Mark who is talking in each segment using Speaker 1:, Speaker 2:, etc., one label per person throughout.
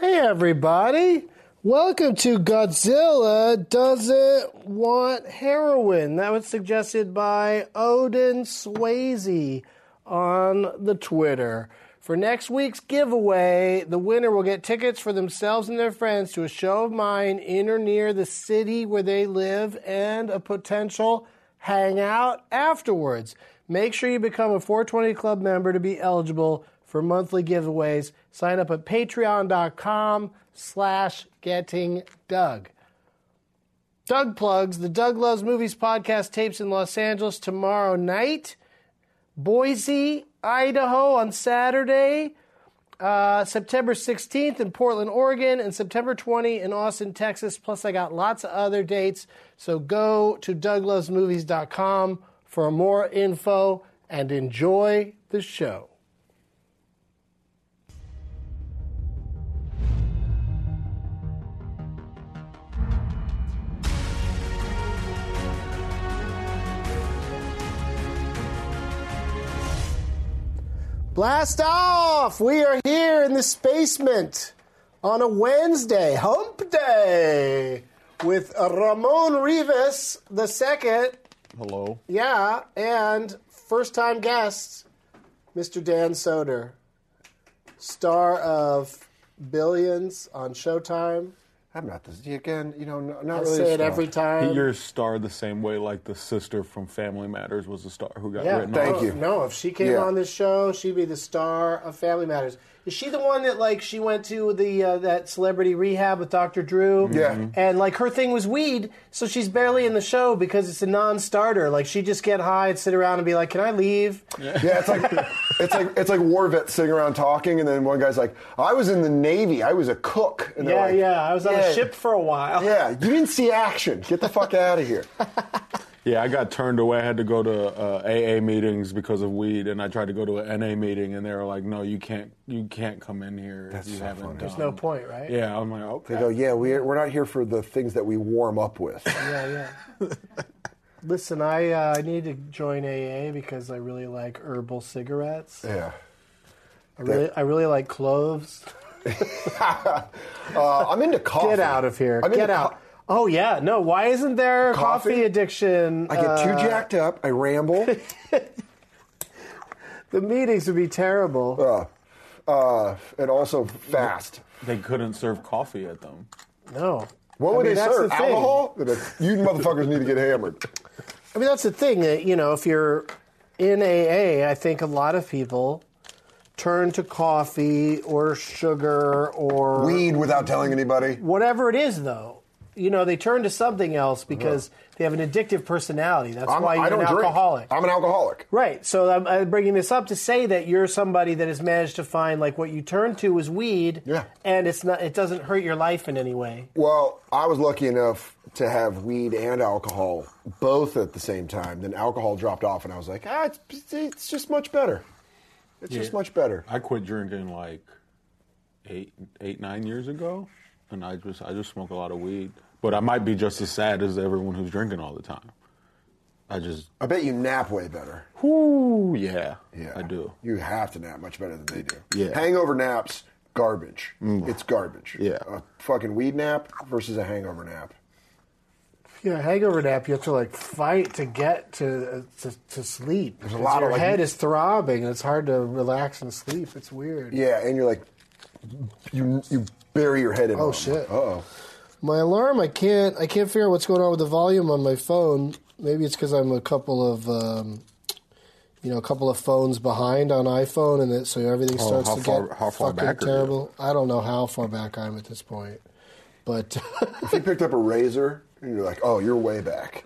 Speaker 1: Hey, everybody. Welcome to Godzilla Doesn't Want Heroin. That was suggested by Odin Swayze on the Twitter. For next week's giveaway, the winner will get tickets for themselves and their friends to a show of mine in or near the city where they live and a potential hangout afterwards. Make sure you become a 420 Club member to be eligible for monthly giveaways. Sign up at patreon.com slash getting Doug. Doug plugs the Doug Loves Movies podcast tapes in Los Angeles tomorrow night. Boise, Idaho on Saturday, uh, September 16th in Portland, Oregon, and September 20 in Austin, Texas. Plus, I got lots of other dates. So go to douglovesmovies.com for more info and enjoy the show. Blast off! We are here in the spacement on a Wednesday, hump day, with Ramon Rivas the second.
Speaker 2: Hello.
Speaker 1: Yeah, and first time guest, Mr. Dan Soder, star of Billions on Showtime.
Speaker 3: I'm not this again. You know, not, not
Speaker 1: I
Speaker 3: really.
Speaker 1: say it
Speaker 3: a star.
Speaker 1: every time.
Speaker 2: You're a star the same way like the sister from Family Matters was a star who got
Speaker 1: yeah,
Speaker 2: written
Speaker 3: thank
Speaker 2: off.
Speaker 1: no,
Speaker 3: you.
Speaker 1: No, if she came
Speaker 3: Yeah.
Speaker 1: on this show, she'd be the star of Family Matters. Is she the one that like she went to the uh, that celebrity rehab with Dr. Drew?
Speaker 3: Yeah. Mhm.
Speaker 1: and like her thing was weed, so she's barely in the show because it's a non-starter. Like she just get high and sit around and be like, "Can I leave?"
Speaker 3: Yeah, it's like it's like it's like war vets sitting around talking, and then one guy's like, "I was in the Navy. I was a cook." And they're
Speaker 1: Yeah,
Speaker 3: like,
Speaker 1: yeah. I was on
Speaker 3: "Yeah,
Speaker 1: a ship for a while.
Speaker 3: Yeah, you didn't see action. Get the fuck out of here.
Speaker 2: Yeah, I got turned away. I had to go to uh, AA meetings because of weed, and I tried to go to an NA meeting, and they were like, "No, you can't. You can't come in here. That's if you
Speaker 3: so
Speaker 2: haven't
Speaker 3: funny.
Speaker 2: done."
Speaker 3: There's
Speaker 1: No point, right?
Speaker 2: Yeah, I'm like, okay.
Speaker 3: They go, "Yeah, we're we're not here for the things that we warm up with."
Speaker 1: yeah, yeah. Listen, I uh, I need to join AA because I really like herbal cigarettes.
Speaker 3: Yeah.
Speaker 1: I really, I really like cloves.
Speaker 3: Uh, I'm into coffee.
Speaker 1: Get out of here.
Speaker 3: I'm
Speaker 1: Get
Speaker 3: into
Speaker 1: out.
Speaker 3: co-
Speaker 1: oh yeah, no. Why isn't there a coffee,
Speaker 3: Coffee?
Speaker 1: addiction?
Speaker 3: I get
Speaker 1: Uh,
Speaker 3: too jacked up. I ramble.
Speaker 1: the meetings would be terrible.
Speaker 3: uh, uh, and also fast.
Speaker 2: They couldn't serve coffee at them.
Speaker 1: No.
Speaker 3: What
Speaker 1: I
Speaker 3: would
Speaker 1: mean,
Speaker 3: they
Speaker 1: that's
Speaker 3: serve?
Speaker 1: the thing.
Speaker 3: Alcohol? You motherfuckers need to get hammered.
Speaker 1: I mean, that's the thing that you know. If you're in AA, I think a lot of people turn to coffee or sugar or
Speaker 3: Weed without telling anybody.
Speaker 1: whatever it is, though. You know, they turn to something else because they have an addictive personality. That's
Speaker 3: I'm,
Speaker 1: why you're
Speaker 3: I don't
Speaker 1: an
Speaker 3: drink.
Speaker 1: alcoholic.
Speaker 3: I'm an alcoholic.
Speaker 1: Right. So I'm, I'm bringing this up to say that you're somebody that has managed to find like what you turn to is weed.
Speaker 3: Yeah.
Speaker 1: And it's not. It doesn't hurt your life in any way.
Speaker 3: Well, I was lucky enough to have weed and alcohol both at the same time. Then alcohol dropped off, and I was like, ah, it's, it's just much better. It's just much better.
Speaker 2: I quit drinking like eight, eight, nine years ago, and I just, I just smoke a lot of weed. But I might be just as sad as everyone who's drinking all the time. I just,
Speaker 3: I bet you nap way better.
Speaker 2: whoo, yeah,
Speaker 3: Yeah,
Speaker 2: I do.
Speaker 3: You have to nap much better than they do.
Speaker 2: Yeah. Mm.
Speaker 3: Hangover naps, garbage. It's garbage.
Speaker 2: Yeah.
Speaker 3: A fucking weed nap versus a hangover nap.
Speaker 1: Yeah, hangover nap. You have to like fight to get to to, to sleep. There's
Speaker 3: a lot of,
Speaker 1: your
Speaker 3: like-
Speaker 1: head is throbbing, and it's hard to relax and sleep. It's weird.
Speaker 3: Yeah, and you're like, you you bury your head in.
Speaker 1: Oh, shit.
Speaker 3: Uh oh.
Speaker 1: My alarm. I can't. I can't figure out what's going on with the volume on my phone. Maybe it's because I'm a couple of. Um, you know, a couple of phones behind on iPhone, and it, so everything
Speaker 2: Oh,
Speaker 1: starts
Speaker 2: how
Speaker 1: to
Speaker 2: far-
Speaker 1: get
Speaker 2: how far
Speaker 1: fucking
Speaker 2: back are you?
Speaker 1: terrible. I don't know how far back I'm at this point, but
Speaker 3: If you picked up a razor And you're like, oh, you're way back.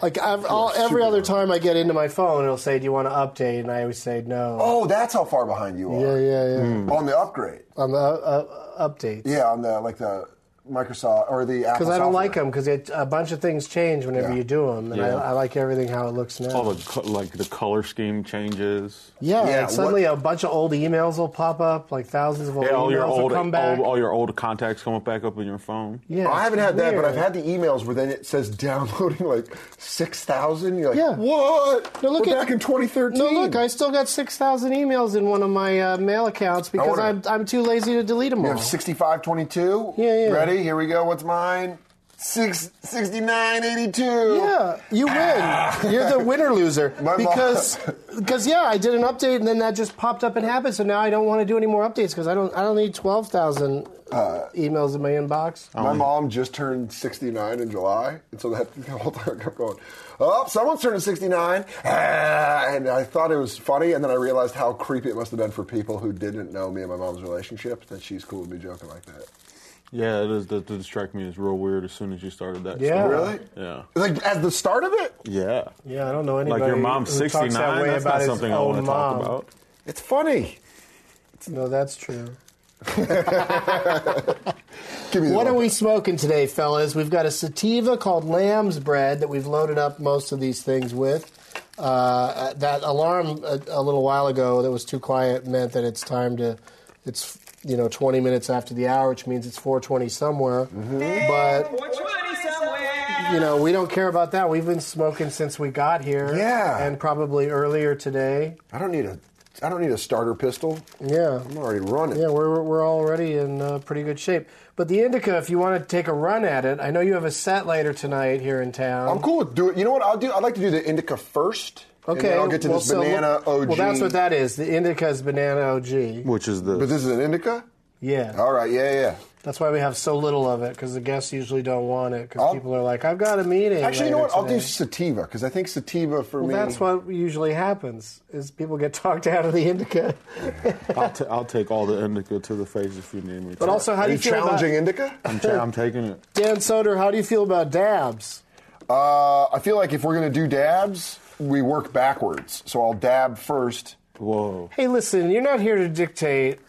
Speaker 1: Like I've, all, every other time I get into my phone, it'll say, "Do you want to update?" And I always say no.
Speaker 3: Oh, that's how far behind you
Speaker 1: Yeah,
Speaker 3: are.
Speaker 1: yeah, yeah.
Speaker 2: Hmm.
Speaker 3: On the upgrade.
Speaker 1: On the uh, uh, updates.
Speaker 3: Yeah, on the like the Microsoft or the Apple.
Speaker 1: Because I don't like
Speaker 3: software.
Speaker 1: them. Because a bunch of things change whenever
Speaker 3: Yeah.
Speaker 1: you do them, and
Speaker 2: Yeah.
Speaker 1: I, I like everything how it looks now.
Speaker 2: All the co- like the color scheme changes.
Speaker 1: yeah,
Speaker 3: Yeah,
Speaker 1: like suddenly
Speaker 3: what-
Speaker 1: a bunch of old emails will pop up, like thousands of old
Speaker 2: Yeah, all
Speaker 1: emails
Speaker 2: your
Speaker 1: will
Speaker 2: old
Speaker 1: come back.
Speaker 2: all, all your old contacts come up back up in your phone.
Speaker 1: yeah,
Speaker 3: I
Speaker 1: it's
Speaker 3: haven't had that,
Speaker 1: weird.
Speaker 3: but I've had the emails where then it says downloading like six thousand. You're like,
Speaker 1: Yeah.
Speaker 3: what?
Speaker 1: No, look
Speaker 3: We're
Speaker 1: at-
Speaker 3: back in 2013.
Speaker 1: No, look, I still got 6,000 emails in one of my uh, mail accounts because
Speaker 3: wanna-
Speaker 1: I'm, I'm too lazy to delete them
Speaker 3: You
Speaker 1: all.
Speaker 3: have 6522.
Speaker 1: Yeah, yeah.
Speaker 3: Ready? Here we go. What's mine? Six sixty nine eighty two.
Speaker 1: yeah, you
Speaker 2: Ah.
Speaker 1: win. You're the winner loser
Speaker 3: My mom-
Speaker 1: because because yeah, I did an update and then that just popped up and happened. So now I don't want to do any more updates because I don't I don't need twelve thousand
Speaker 2: Uh,
Speaker 1: emails in my inbox.
Speaker 3: My mom just turned 69 in July, and so that the whole time I kept going, oh, someone's turning 69. Ah, and I thought it was funny, and then I realized how creepy it must have been for people who didn't know me and my mom's relationship that she's cool with me joking like that.
Speaker 2: Yeah, it is. The, the distract me is real weird as soon as you started that.
Speaker 1: Yeah.
Speaker 2: story.
Speaker 3: Really?
Speaker 2: Yeah.
Speaker 3: Like, as the start of it?
Speaker 2: Yeah.
Speaker 1: Yeah, I don't know anybody.
Speaker 2: Like your mom's
Speaker 1: who talks that
Speaker 2: 69.
Speaker 1: way
Speaker 2: That's
Speaker 1: about
Speaker 2: not
Speaker 1: his
Speaker 2: something I
Speaker 1: own
Speaker 2: want to talk
Speaker 1: mom.
Speaker 2: about.
Speaker 3: It's funny.
Speaker 1: No, that's true.
Speaker 3: Give me the
Speaker 1: What are
Speaker 3: look.
Speaker 1: we smoking today, fellas? We've got a sativa called Lamb's Bread that we've loaded up most of these things with. Uh, that alarm a, a little while ago that was too quiet meant that it's time to, it's you know 20 minutes after the hour, which means it's 4:20 somewhere. But you know we don't care about that. We've been smoking since we got here.
Speaker 3: Yeah.
Speaker 1: and probably earlier today.
Speaker 3: I don't need a. I don't need a starter pistol.
Speaker 1: Yeah,
Speaker 3: I'm already running.
Speaker 1: Yeah, we're, we're already in uh, pretty good shape. But the indica, if you want to take a run at it, I know you have a set later tonight here in town.
Speaker 3: I'm cool with do it. You know what I'll do? I'd like to do the indica first.
Speaker 1: Okay,
Speaker 3: And then I'll get to
Speaker 1: well,
Speaker 3: this
Speaker 1: so look-
Speaker 3: banana OG.
Speaker 1: Well, that's what that is. The indica is banana OG.
Speaker 2: Which is the
Speaker 3: But this is an indica.
Speaker 1: Yeah,
Speaker 3: All right. Yeah. Yeah.
Speaker 1: that's why we have so little of it because the guests usually don't want it because
Speaker 3: I'll-
Speaker 1: people are like, "I've got a meeting."
Speaker 3: Actually, you know what?
Speaker 1: later
Speaker 3: I'll do
Speaker 1: today."
Speaker 3: sativa because I think sativa for me.
Speaker 1: That's what usually happens is people get talked out of the indica.
Speaker 2: I'll, t- I'll take all the indica to the face if you need me.
Speaker 1: But also, how
Speaker 3: Are
Speaker 1: do
Speaker 3: you
Speaker 1: you feel about
Speaker 3: challenging indica?
Speaker 2: I'm, ta- I'm taking it.
Speaker 1: Dan Soder? How do you feel about dabs?
Speaker 3: Uh, I feel like if we're gonna do dabs, we work backwards. So I'll dab first.
Speaker 2: Whoa.
Speaker 1: Hey, listen, you're not here to dictate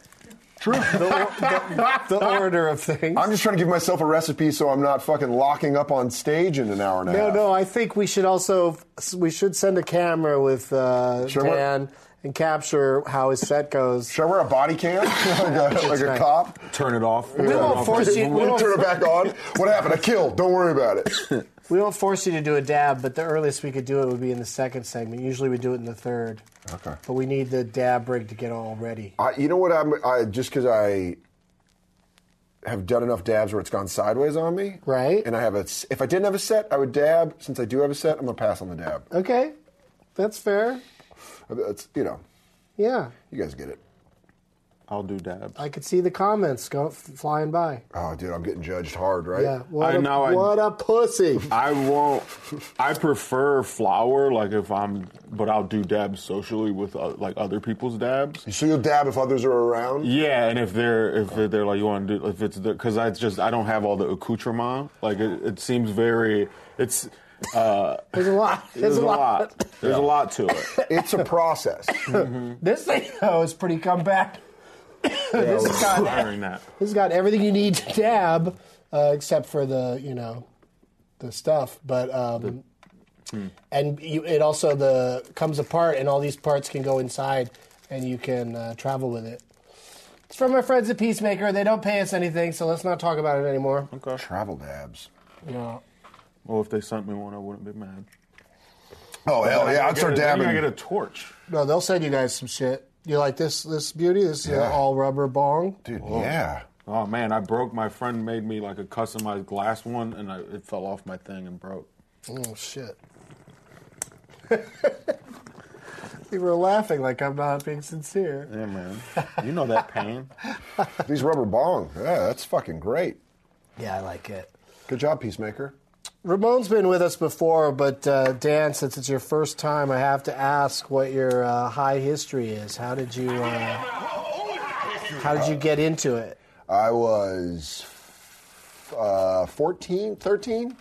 Speaker 3: True.
Speaker 1: the order of things.
Speaker 3: I'm just trying to give myself a recipe so I'm not fucking locking up on stage in an hour and a
Speaker 1: No,
Speaker 3: half.
Speaker 1: no. I think we should also we should send a camera with uh,
Speaker 3: Sure, what-
Speaker 1: Dan and capture how his set goes.
Speaker 3: Should I wear a body cam like a, like a
Speaker 1: right.
Speaker 3: cop?
Speaker 2: Turn it off. We
Speaker 1: won't force you- we
Speaker 3: When you
Speaker 1: won't-
Speaker 3: turn it back on, what happened? I killed. Don't worry about it.
Speaker 1: We won't force you to do a dab, but the earliest we could do it would be in the second segment. Usually we do it in the third.
Speaker 3: Okay.
Speaker 1: But we need the dab rig to get all ready.
Speaker 3: I, you know what? I'm I, just because I have done enough dabs where it's gone sideways on me,
Speaker 1: Right.
Speaker 3: And I have a. s- If I didn't have a set, I would dab. Since I do have a set, I'm gonna pass on the dab.
Speaker 1: Okay, that's fair.
Speaker 3: It's you know,
Speaker 1: Yeah,
Speaker 3: you guys get it.
Speaker 2: I'll do dabs.
Speaker 1: I could see the comments go f- flying by.
Speaker 3: Oh, dude, I'm getting judged hard, right?
Speaker 1: Yeah, what,
Speaker 2: I
Speaker 1: a
Speaker 2: know, I-
Speaker 1: what a pussy.
Speaker 2: I won't. I prefer flour, like if I'm, but I'll do dabs socially with uh, like other people's dabs.
Speaker 3: So you'll dab if others are around.
Speaker 2: Yeah, and if they're if they're like you want to do if it's because I just I don't have all the accoutrement. Like it, it seems very it's uh,
Speaker 1: There's a lot. There's,
Speaker 2: there's a lot there's a lot to it.
Speaker 3: It's a process.
Speaker 1: This thing though is pretty compact. this is kind of
Speaker 2: Hiring that.
Speaker 1: This has got everything you need to dab, uh, except for the you know, the stuff. But um, and you, it also the comes apart, and all these parts can go inside, and you can uh, travel with it. It's from our friends at Peacemaker. They don't pay us anything, so let's not talk about it anymore.
Speaker 3: Travel dabs.
Speaker 1: Yeah.
Speaker 2: Well, if they sent me one, I wouldn't be mad.
Speaker 3: Oh hell yeah! I'd start
Speaker 2: Then
Speaker 3: dabbing.
Speaker 2: I get a torch.
Speaker 1: No, they'll send you guys some shit. You like this this beauty? This uh,
Speaker 3: Yeah.
Speaker 1: all rubber bong.
Speaker 3: Dude, yeah.
Speaker 2: Oh man, I broke. My friend made me like a customized glass one, and I, it fell off my thing and broke.
Speaker 1: Oh shit. you were laughing like I'm not being sincere.
Speaker 2: Yeah, man. You know that pain.
Speaker 3: These rubber bong. Yeah, that's fucking great.
Speaker 1: Yeah, I like it.
Speaker 3: Good job, Peacemaker.
Speaker 1: Ramon's been with us before, but uh, Dan, since it's your first time, I have to ask what your uh, high history is. How did you uh, How did you get into it?
Speaker 3: I was uh, 14, 13,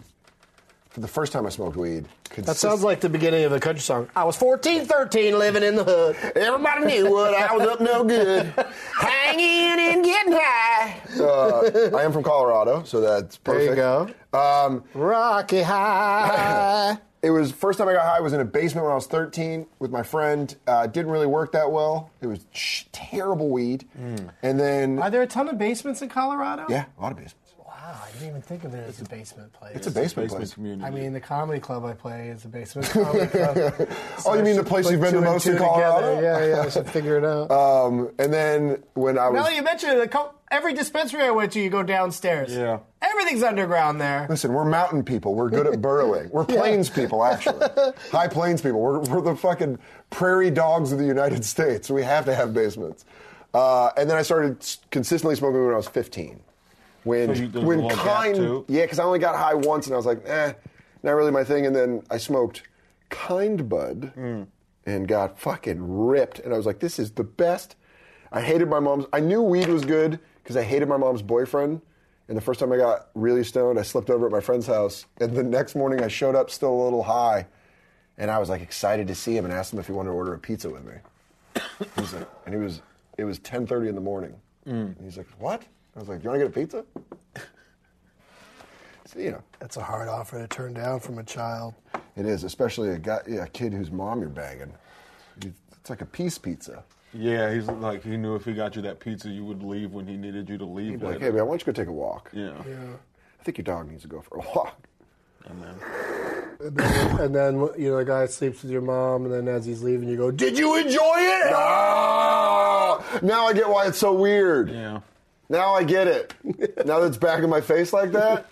Speaker 3: the first time I smoked weed.
Speaker 1: That sounds like the beginning of a country song. I was 14, 13, living in the hood. Everybody knew what I was up no good. Hanging and getting high.
Speaker 3: Uh, I am from Colorado, so that's
Speaker 1: There you
Speaker 3: perfect. go. Um,
Speaker 1: Rocky High.
Speaker 3: it was first time I got high was in a basement when I was 13 with my friend. Uh, didn't really work that well. It was sh- terrible weed.
Speaker 1: Mm.
Speaker 3: And then
Speaker 1: Are there a ton of basements in Colorado?
Speaker 3: yeah, a lot of basements.
Speaker 1: Wow, I didn't even think of it as a basement place.
Speaker 3: It's a basement,
Speaker 2: Basement
Speaker 3: place.
Speaker 2: community.
Speaker 1: I mean, the comedy club I play is a basement comedy club. So
Speaker 3: Oh, you
Speaker 1: I
Speaker 3: mean the
Speaker 1: should
Speaker 3: place
Speaker 1: put
Speaker 3: you've been
Speaker 1: two
Speaker 3: the
Speaker 1: and
Speaker 3: most in
Speaker 1: two together.
Speaker 3: Colorado?
Speaker 1: Yeah, yeah, I should figure it out.
Speaker 3: Um, and then when I was
Speaker 1: Well, you mentioned it. Co- Every dispensary I went to, you go downstairs.
Speaker 2: Yeah.
Speaker 1: Everything's underground there.
Speaker 3: Listen, we're mountain people. We're good at burrowing. We're plains people, actually. High plains people. We're, we're the fucking prairie dogs of the United States. We have to have basements. Uh, and then I started s- consistently smoking when I was 15. When,
Speaker 2: So you- there's a
Speaker 3: when
Speaker 2: little gap,
Speaker 3: kind,
Speaker 2: too?
Speaker 3: yeah, because I only got high once, and I was like, eh, not really my thing. And then I smoked Kind Bud and got fucking ripped. And I was like, this is the best. I hated my mom's. I knew weed was good because I hated my mom's boyfriend. And the first time I got really stoned, I slept over at my friend's house. And the next morning, I showed up still a little high, and I was like excited to see him and asked him if he wanted to order a pizza with me. He was like, and he was. It was 10:30 in the morning. And he's like, "What?" I was like, "Do you want to get a pizza?" So, you know,
Speaker 1: That's a hard offer to turn down from a child.
Speaker 3: it is, especially a guy, yeah, a kid whose mom you're banging. It's like a piece pizza.
Speaker 2: yeah, he's like he knew if he got you that pizza, you would leave when he needed you to leave.
Speaker 3: You'd be like,
Speaker 2: later.
Speaker 3: "Hey, man, why don't you go take a walk?"
Speaker 2: yeah.
Speaker 3: I think your dog needs to go for a walk.
Speaker 2: And then,
Speaker 1: And then, you know, the guy sleeps with your mom, and then as he's leaving, you go, Did
Speaker 3: Did you enjoy it? No! Now I get why it's so weird.
Speaker 2: yeah.
Speaker 3: Now I get it. now that it's back in my face like that,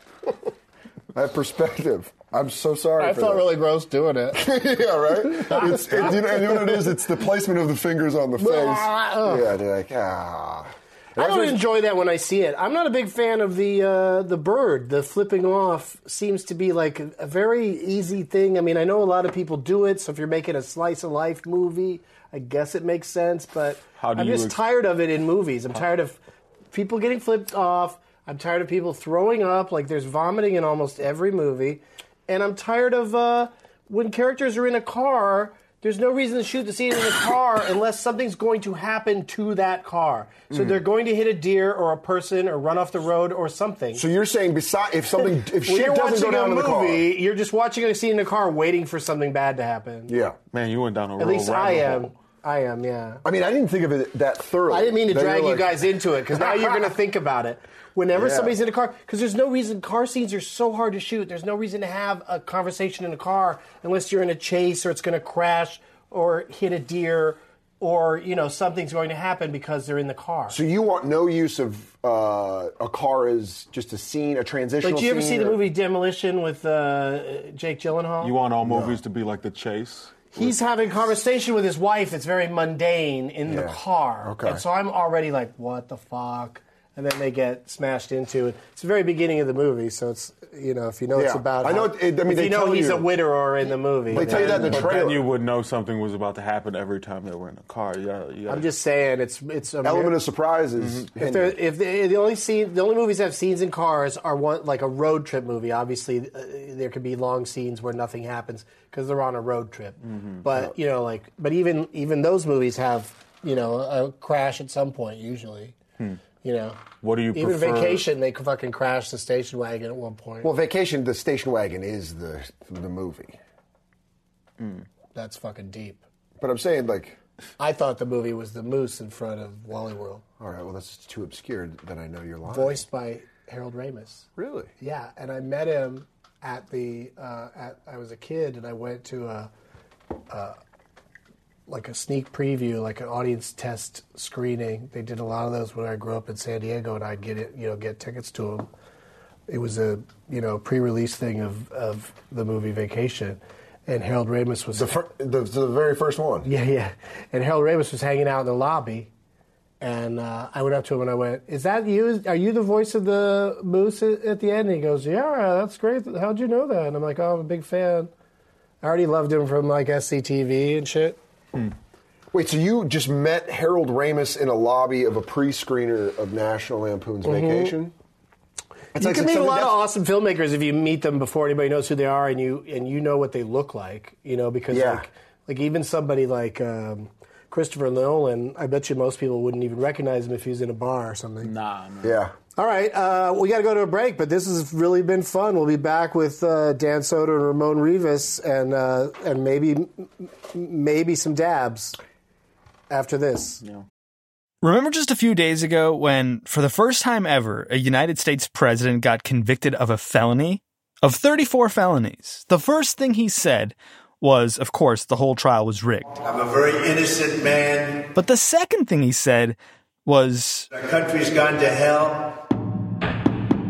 Speaker 3: I have perspective. I'm so sorry.
Speaker 1: I
Speaker 3: for
Speaker 1: felt
Speaker 3: that.
Speaker 1: really gross doing it.
Speaker 3: yeah, right. It's, it, you, know, you know what it is? It's the placement of the fingers on the face.
Speaker 1: Ugh.
Speaker 3: yeah, they're like ah. And
Speaker 1: I
Speaker 3: after-
Speaker 1: don't enjoy that when I see it. I'm not a big fan of the uh, the bird. The flipping off seems to be like a a very easy thing. I mean, I know a lot of people do it. So if you're making a slice of life movie, I guess it makes sense. But
Speaker 2: How do
Speaker 1: I'm
Speaker 2: you
Speaker 1: just
Speaker 2: ex-
Speaker 1: tired of it in movies. I'm tired of people getting flipped off. I'm tired of people throwing up. Like there's vomiting in almost every movie, and I'm tired of uh, when characters are in a car. There's no reason to shoot the scene in a car unless something's going to happen to that car. So
Speaker 3: Mm.
Speaker 1: they're going to hit a deer or a person or run off the road or something.
Speaker 3: So you're saying beside if something if
Speaker 1: when
Speaker 3: shit
Speaker 1: you're
Speaker 3: doesn't
Speaker 1: watching
Speaker 3: go down
Speaker 1: a
Speaker 3: in the car,
Speaker 1: movie, you're just watching a scene in a car waiting for something bad to happen.
Speaker 3: yeah.
Speaker 2: Man, you went down
Speaker 1: At
Speaker 2: a real
Speaker 1: least I
Speaker 2: rabbit
Speaker 1: am.
Speaker 2: hole.
Speaker 1: I am, yeah.
Speaker 3: I mean, I didn't think of it that thoroughly.
Speaker 1: I didn't mean to
Speaker 3: That you're
Speaker 1: drag you
Speaker 3: like-
Speaker 1: guys into it because now you're going to think about it. Whenever
Speaker 3: Yeah.
Speaker 1: somebody's in a car, because there's no reason car scenes are so hard to shoot. There's no reason to have a conversation in a car unless you're in a chase or it's going to crash or hit a deer or you know something's going to happen because they're in the car.
Speaker 3: So you want no use of uh, a car as just a scene, a transitional.
Speaker 1: like, do you ever
Speaker 3: scene
Speaker 1: see the
Speaker 3: or-
Speaker 1: movie Demolition with uh, Jake Gyllenhaal?
Speaker 2: You want all movies to be like the chase?
Speaker 1: He's having a conversation with his wife that's very mundane in the
Speaker 3: Yeah.
Speaker 1: car.
Speaker 3: Okay.
Speaker 1: And so I'm already like, what the fuck? And then they get smashed into it. It's the very beginning of the movie, so it's, you know, if you know it's
Speaker 3: Yeah.
Speaker 1: about.
Speaker 3: I know
Speaker 1: how-
Speaker 3: it- I mean,
Speaker 1: if
Speaker 3: they
Speaker 1: you know
Speaker 3: tell
Speaker 1: he's
Speaker 3: you.
Speaker 1: a widower in the movie.
Speaker 3: They tell you that in the
Speaker 1: then-
Speaker 2: But then
Speaker 3: trailer.
Speaker 2: you would know something was about to happen every time they were in a car. Yeah, yeah.
Speaker 1: I'm just saying, it's. it's a
Speaker 3: element
Speaker 1: mere-
Speaker 3: of surprise is
Speaker 1: If,
Speaker 3: hidden.
Speaker 1: there, if the, the only scene, the only movies that have scenes in cars are one like a road trip movie. Obviously, uh, there could be long scenes where nothing happens because they're on a road trip.
Speaker 2: Mm-hmm.
Speaker 1: But you know, like, but even even those movies have you know a crash at some point usually. You know,
Speaker 2: Hmm. What do you
Speaker 1: even
Speaker 2: prefer?
Speaker 1: vacation? They could fucking crash the station wagon at one point.
Speaker 3: well, vacation, the station wagon is the the movie.
Speaker 1: That's fucking deep.
Speaker 3: But I'm saying like,
Speaker 1: I thought the movie was the moose in front of Wally World,
Speaker 3: all right, well that's too obscure that I know you're lying.
Speaker 1: voiced by Harold Ramis.
Speaker 3: really?
Speaker 1: Yeah, and I met him at the uh, at I was a kid, and I went to a, a like a sneak preview, like an audience test screening. They did a lot of those when I grew up in San Diego, and I'd get it, you know, get tickets to them. It was a you know pre-release thing of of the movie Vacation, and Harold Ramis was
Speaker 3: The, fir- the the very first one.
Speaker 1: yeah, yeah. And Harold Ramis was hanging out in the lobby, and uh, I went up to him and I went, "Is that you? Are you the voice of the moose at at the end?" And he goes, "Yeah, that's great. How'd you know that?" And I'm like, "Oh, I'm a big fan. I already loved him from like SCTV and shit."
Speaker 3: Wait, so you just met
Speaker 1: Mm-hmm.
Speaker 3: Harold Ramis in a lobby of a pre-screener of National Lampoon's Vacation?
Speaker 1: you
Speaker 3: like
Speaker 1: can meet a
Speaker 3: something
Speaker 1: lot of
Speaker 3: that's-
Speaker 1: awesome filmmakers if you meet them before anybody knows who they are, and you and you know what they look like. You know because
Speaker 3: Yeah.
Speaker 1: like like even somebody like um, Christopher Nolan, I bet you most people wouldn't even recognize him if he was in a bar or something.
Speaker 2: Nah, man.
Speaker 3: Yeah.
Speaker 1: All right, uh, we got to go to a break, but this has really been fun. We'll be back with uh, Dan Soder and Ramon Rivas, and uh, and maybe m- maybe some dabs after this.
Speaker 4: Remember just a few days ago when, for the first time ever, a United States president got convicted of a felony? Of 34 felonies. The first thing he said was, of course, the whole trial was rigged.
Speaker 5: I'm a very innocent man.
Speaker 4: But the second thing he said was,
Speaker 5: Our country's gone to hell.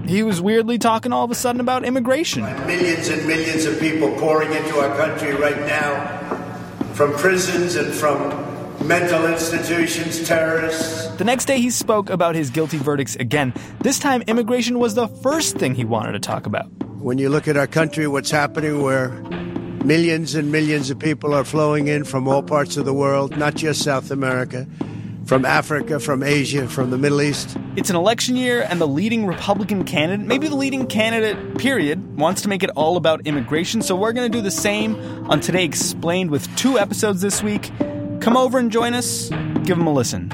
Speaker 4: he was weirdly talking all of a sudden about immigration.
Speaker 5: Millions and millions of people pouring into our country right now from prisons and from mental institutions, terrorists.
Speaker 4: The next day, he spoke about his guilty verdicts again. This time, immigration was the first thing he wanted to talk about.
Speaker 6: When you look at our country, what's happening where millions and millions of people are flowing in from all parts of the world, not just South America, from Africa, from Asia, from the Middle East.
Speaker 4: It's an election year, and the leading Republican candidate, maybe the leading candidate, period, wants to make it all about immigration. So we're going to do the same on Today Explained with two episodes this week. Come over and join us. Give them a listen.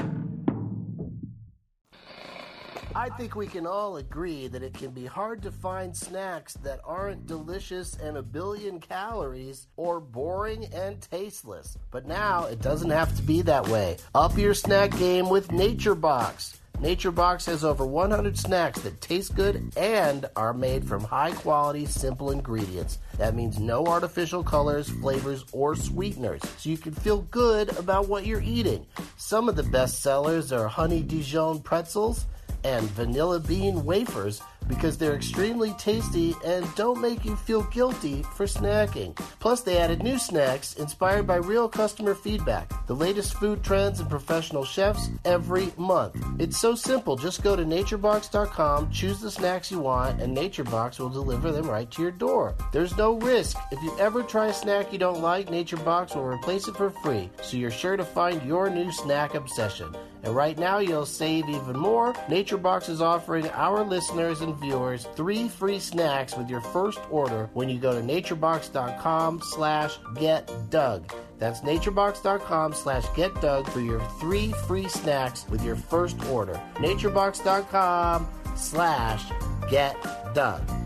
Speaker 1: I think we can all agree that it can be hard to find snacks that aren't delicious and a billion calories or boring and tasteless. But now it doesn't have to be that way. Up your snack game with Nature Box. Nature Box has over 100 snacks that taste good and are made from high quality, simple ingredients. That means no artificial colors, flavors, or sweeteners, so you can feel good about what you're eating. Some of the best sellers are honey Dijon pretzels and vanilla bean wafers because they're extremely tasty and don't make you feel guilty for snacking. Plus, they added new snacks inspired by real customer feedback, the latest food trends, and professional chefs every month. It's so simple. Just go to naturebox.com, choose the snacks you want, and NatureBox will deliver them right to your door. There's no risk. If you ever try a snack you don't like, NatureBox will replace it for free, so you're sure to find your new snack obsession. And right now, you'll save even more. NatureBox is offering our listeners and viewers three free snacks with your first order when you go to naturebox.com slash getdug. That's naturebox.com slash getdug for your three free snacks with your first order. naturebox.com slash getdug.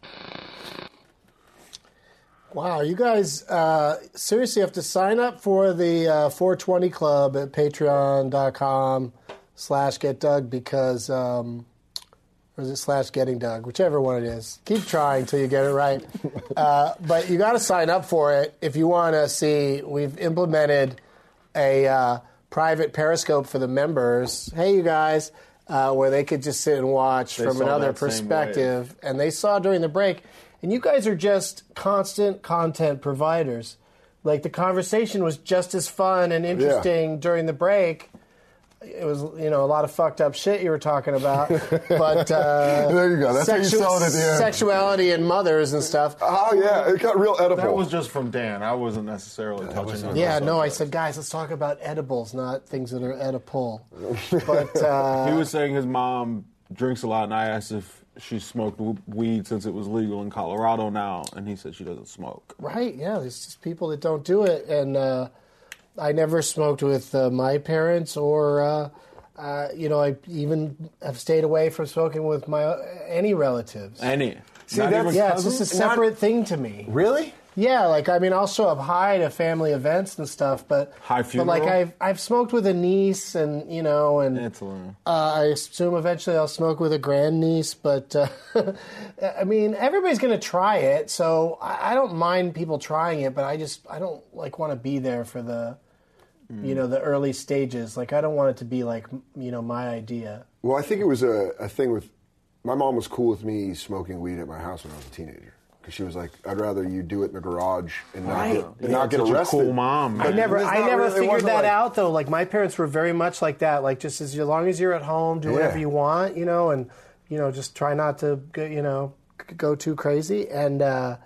Speaker 1: Wow, you guys uh, seriously have to sign up for the uh, 420 Club at patreon.com slash get Doug because, um, or is it slash getting Doug, whichever one it is. Keep trying till you get it right. uh, but you got to sign up for it if you want to see. We've implemented a uh, private Periscope for the members. Hey, you guys. Uh, where they could just sit and watch from
Speaker 2: saw
Speaker 1: another
Speaker 2: that same wave.
Speaker 1: perspective and they saw during the break and you guys are just constant content providers like the conversation was just as fun and interesting during the break it was you know a lot of fucked up shit you were talking about but uh,
Speaker 3: There you go. That's
Speaker 1: sexu-
Speaker 3: how you sell it at the end.
Speaker 1: sexuality and mothers and stuff
Speaker 3: oh yeah, it got real edible.
Speaker 2: That was just from Dan. I wasn't necessarily touching on
Speaker 1: yeah
Speaker 2: that
Speaker 1: no i
Speaker 2: subject.
Speaker 1: said guys let's talk about edibles not things that are edible but uh,
Speaker 2: He was saying his mom drinks a lot, and I asked if she smoked w- weed since it was legal in Colorado now, and he said she doesn't smoke.
Speaker 1: Right. Yeah. There's just people that don't do it, and uh, I never smoked with uh, my parents, or uh, uh, you know, I even have stayed away from smoking with my uh, any relatives.
Speaker 2: Any. See,
Speaker 3: that's-
Speaker 1: yeah, it's just a separate thing to me.
Speaker 3: really?
Speaker 1: Yeah, like I mean, I'll show up high to family events and stuff, but
Speaker 2: High
Speaker 1: But like
Speaker 2: funeral?
Speaker 1: I've I've smoked with a niece, and you know, and
Speaker 2: It's a little-
Speaker 1: uh, I assume eventually I'll smoke with a grandniece, but uh, I mean, everybody's going to try it, so I, I don't mind people trying it, but I just I don't like want to be there for the you know the early stages. Like I don't want it to be like m- you know my idea.
Speaker 3: Well, I think it was a, a thing with my mom was cool with me smoking weed at my house when I was a teenager because she was like, "I'd rather you do it in the garage and not get, and
Speaker 2: Yeah,
Speaker 3: not get
Speaker 2: such a
Speaker 3: arrested."
Speaker 2: cool mom,
Speaker 1: I
Speaker 2: man.
Speaker 1: never,
Speaker 3: It's not
Speaker 1: I never
Speaker 3: really- it
Speaker 1: figured
Speaker 3: wasn't
Speaker 1: that
Speaker 3: like-
Speaker 1: out though. Like my parents were very much like that. Like just as long as you're at home, do whatever
Speaker 3: Yeah.
Speaker 1: you want, you know, and you know, just try not to, go, you know, c- go too crazy. And uh,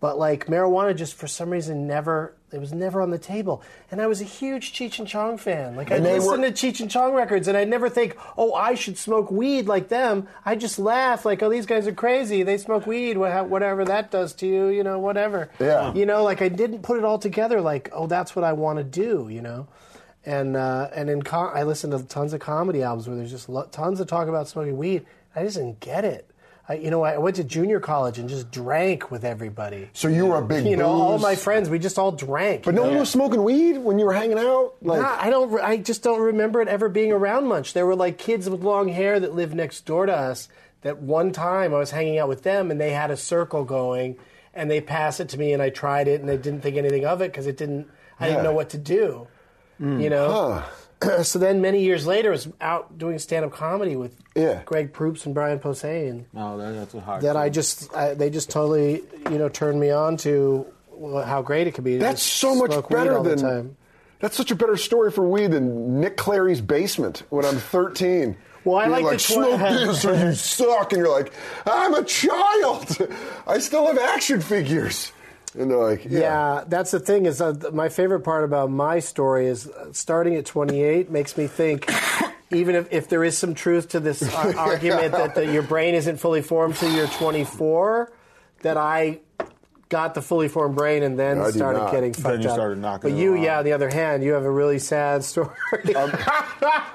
Speaker 1: but like marijuana, just for some reason, never. It was never on the table. And I was a huge Cheech and Chong fan. Like, I
Speaker 3: And they
Speaker 1: listened
Speaker 3: were-
Speaker 1: to Cheech and Chong records, and I never think, oh, I should smoke weed like them. I just laugh, like, oh, these guys are crazy. They smoke weed, wha- whatever that does to you, you know, whatever.
Speaker 3: Yeah.
Speaker 1: You know, like, I didn't put it all together, like, oh, that's what I want to do, you know? And, uh, and in com- I listened to tons of comedy albums where there's just lo- tons of talk about smoking weed. I just didn't get it. I, you know, I went to junior college and just drank with everybody.
Speaker 3: So you were a big
Speaker 1: You know, all
Speaker 3: booze-
Speaker 1: my friends, we just all drank.
Speaker 3: But no
Speaker 1: you know?
Speaker 3: one was smoking weed when you were hanging out. Like,
Speaker 1: Nah, Ah, I don't. re- I just don't remember it ever being around much. There were like kids with long hair that lived next door to us. That one time I was hanging out with them, and they had a circle going, and they passed it to me, and I tried it, and I didn't think anything of it because it didn't. I
Speaker 3: Yeah. Mm.
Speaker 1: didn't know what to do. You know. so then, many years later, I was out doing stand-up comedy with
Speaker 3: Yeah.
Speaker 1: Greg Proops and Brian Posehn
Speaker 2: No, that, that's a hard.
Speaker 1: that I
Speaker 2: thing.
Speaker 1: just I, they just totally you know turned me on to wh- how great it could be. to
Speaker 3: that's
Speaker 1: just
Speaker 3: so much
Speaker 1: smoke weed
Speaker 3: better
Speaker 1: all the
Speaker 3: than.
Speaker 1: time.
Speaker 3: That's such a better story for weed than Nick Clary's basement when I'm 13.
Speaker 1: Well, I
Speaker 3: Being
Speaker 1: like the twi-
Speaker 3: smoke this or you suck, and you're like, I'm a child. I still have action figures, and they're like, yeah.
Speaker 1: Yeah, that's the thing is uh, th- my favorite part about my story is uh, starting at 28 makes me think. Even if, if there is some truth to this uh, argument that the, your brain isn't fully formed till you're 24, that I got the fully formed brain and then
Speaker 3: I do
Speaker 1: started
Speaker 3: not.
Speaker 1: getting
Speaker 3: Then
Speaker 1: fucked
Speaker 2: you
Speaker 1: up.
Speaker 2: started knocking
Speaker 1: but
Speaker 2: it
Speaker 1: you,
Speaker 2: around.
Speaker 1: yeah, on the other hand, you have a really sad story.
Speaker 3: Um,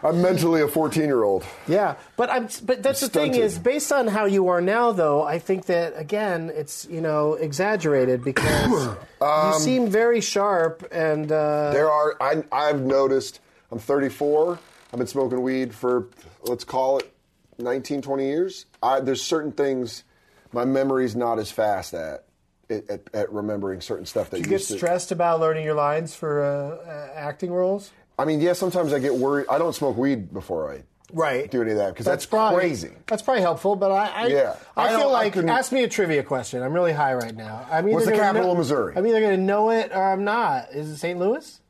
Speaker 3: I'm mentally a 14 year old.
Speaker 1: Yeah, but I'm. But that's the thing
Speaker 3: Stunted.
Speaker 1: is, based on how you are now, though, I think that again, it's you know exaggerated because you seem very sharp and uh,
Speaker 3: Um, There are, I, I've noticed, I'm 34. I've been smoking weed for, let's call it 19, 20 years. I, there's certain things my memory's not as fast at, at, at remembering certain stuff that
Speaker 1: you get
Speaker 3: used to.
Speaker 1: stressed about learning your lines for uh, uh, acting roles.
Speaker 3: I mean, yeah, sometimes I get worried. I don't smoke weed before I
Speaker 1: Right.
Speaker 3: do any of that because that's,
Speaker 1: probably,
Speaker 3: crazy.
Speaker 1: That's probably helpful, but I I,
Speaker 3: Yeah. I
Speaker 1: I,
Speaker 3: don't-
Speaker 1: feel
Speaker 3: I
Speaker 1: like
Speaker 3: couldn't-
Speaker 1: ask me a trivia question. I'm really high right now. I'm either
Speaker 3: What's the
Speaker 1: gonna
Speaker 3: capital
Speaker 1: know-
Speaker 3: of Missouri?
Speaker 1: I'm either going to know it or I'm not. Is it St. Louis?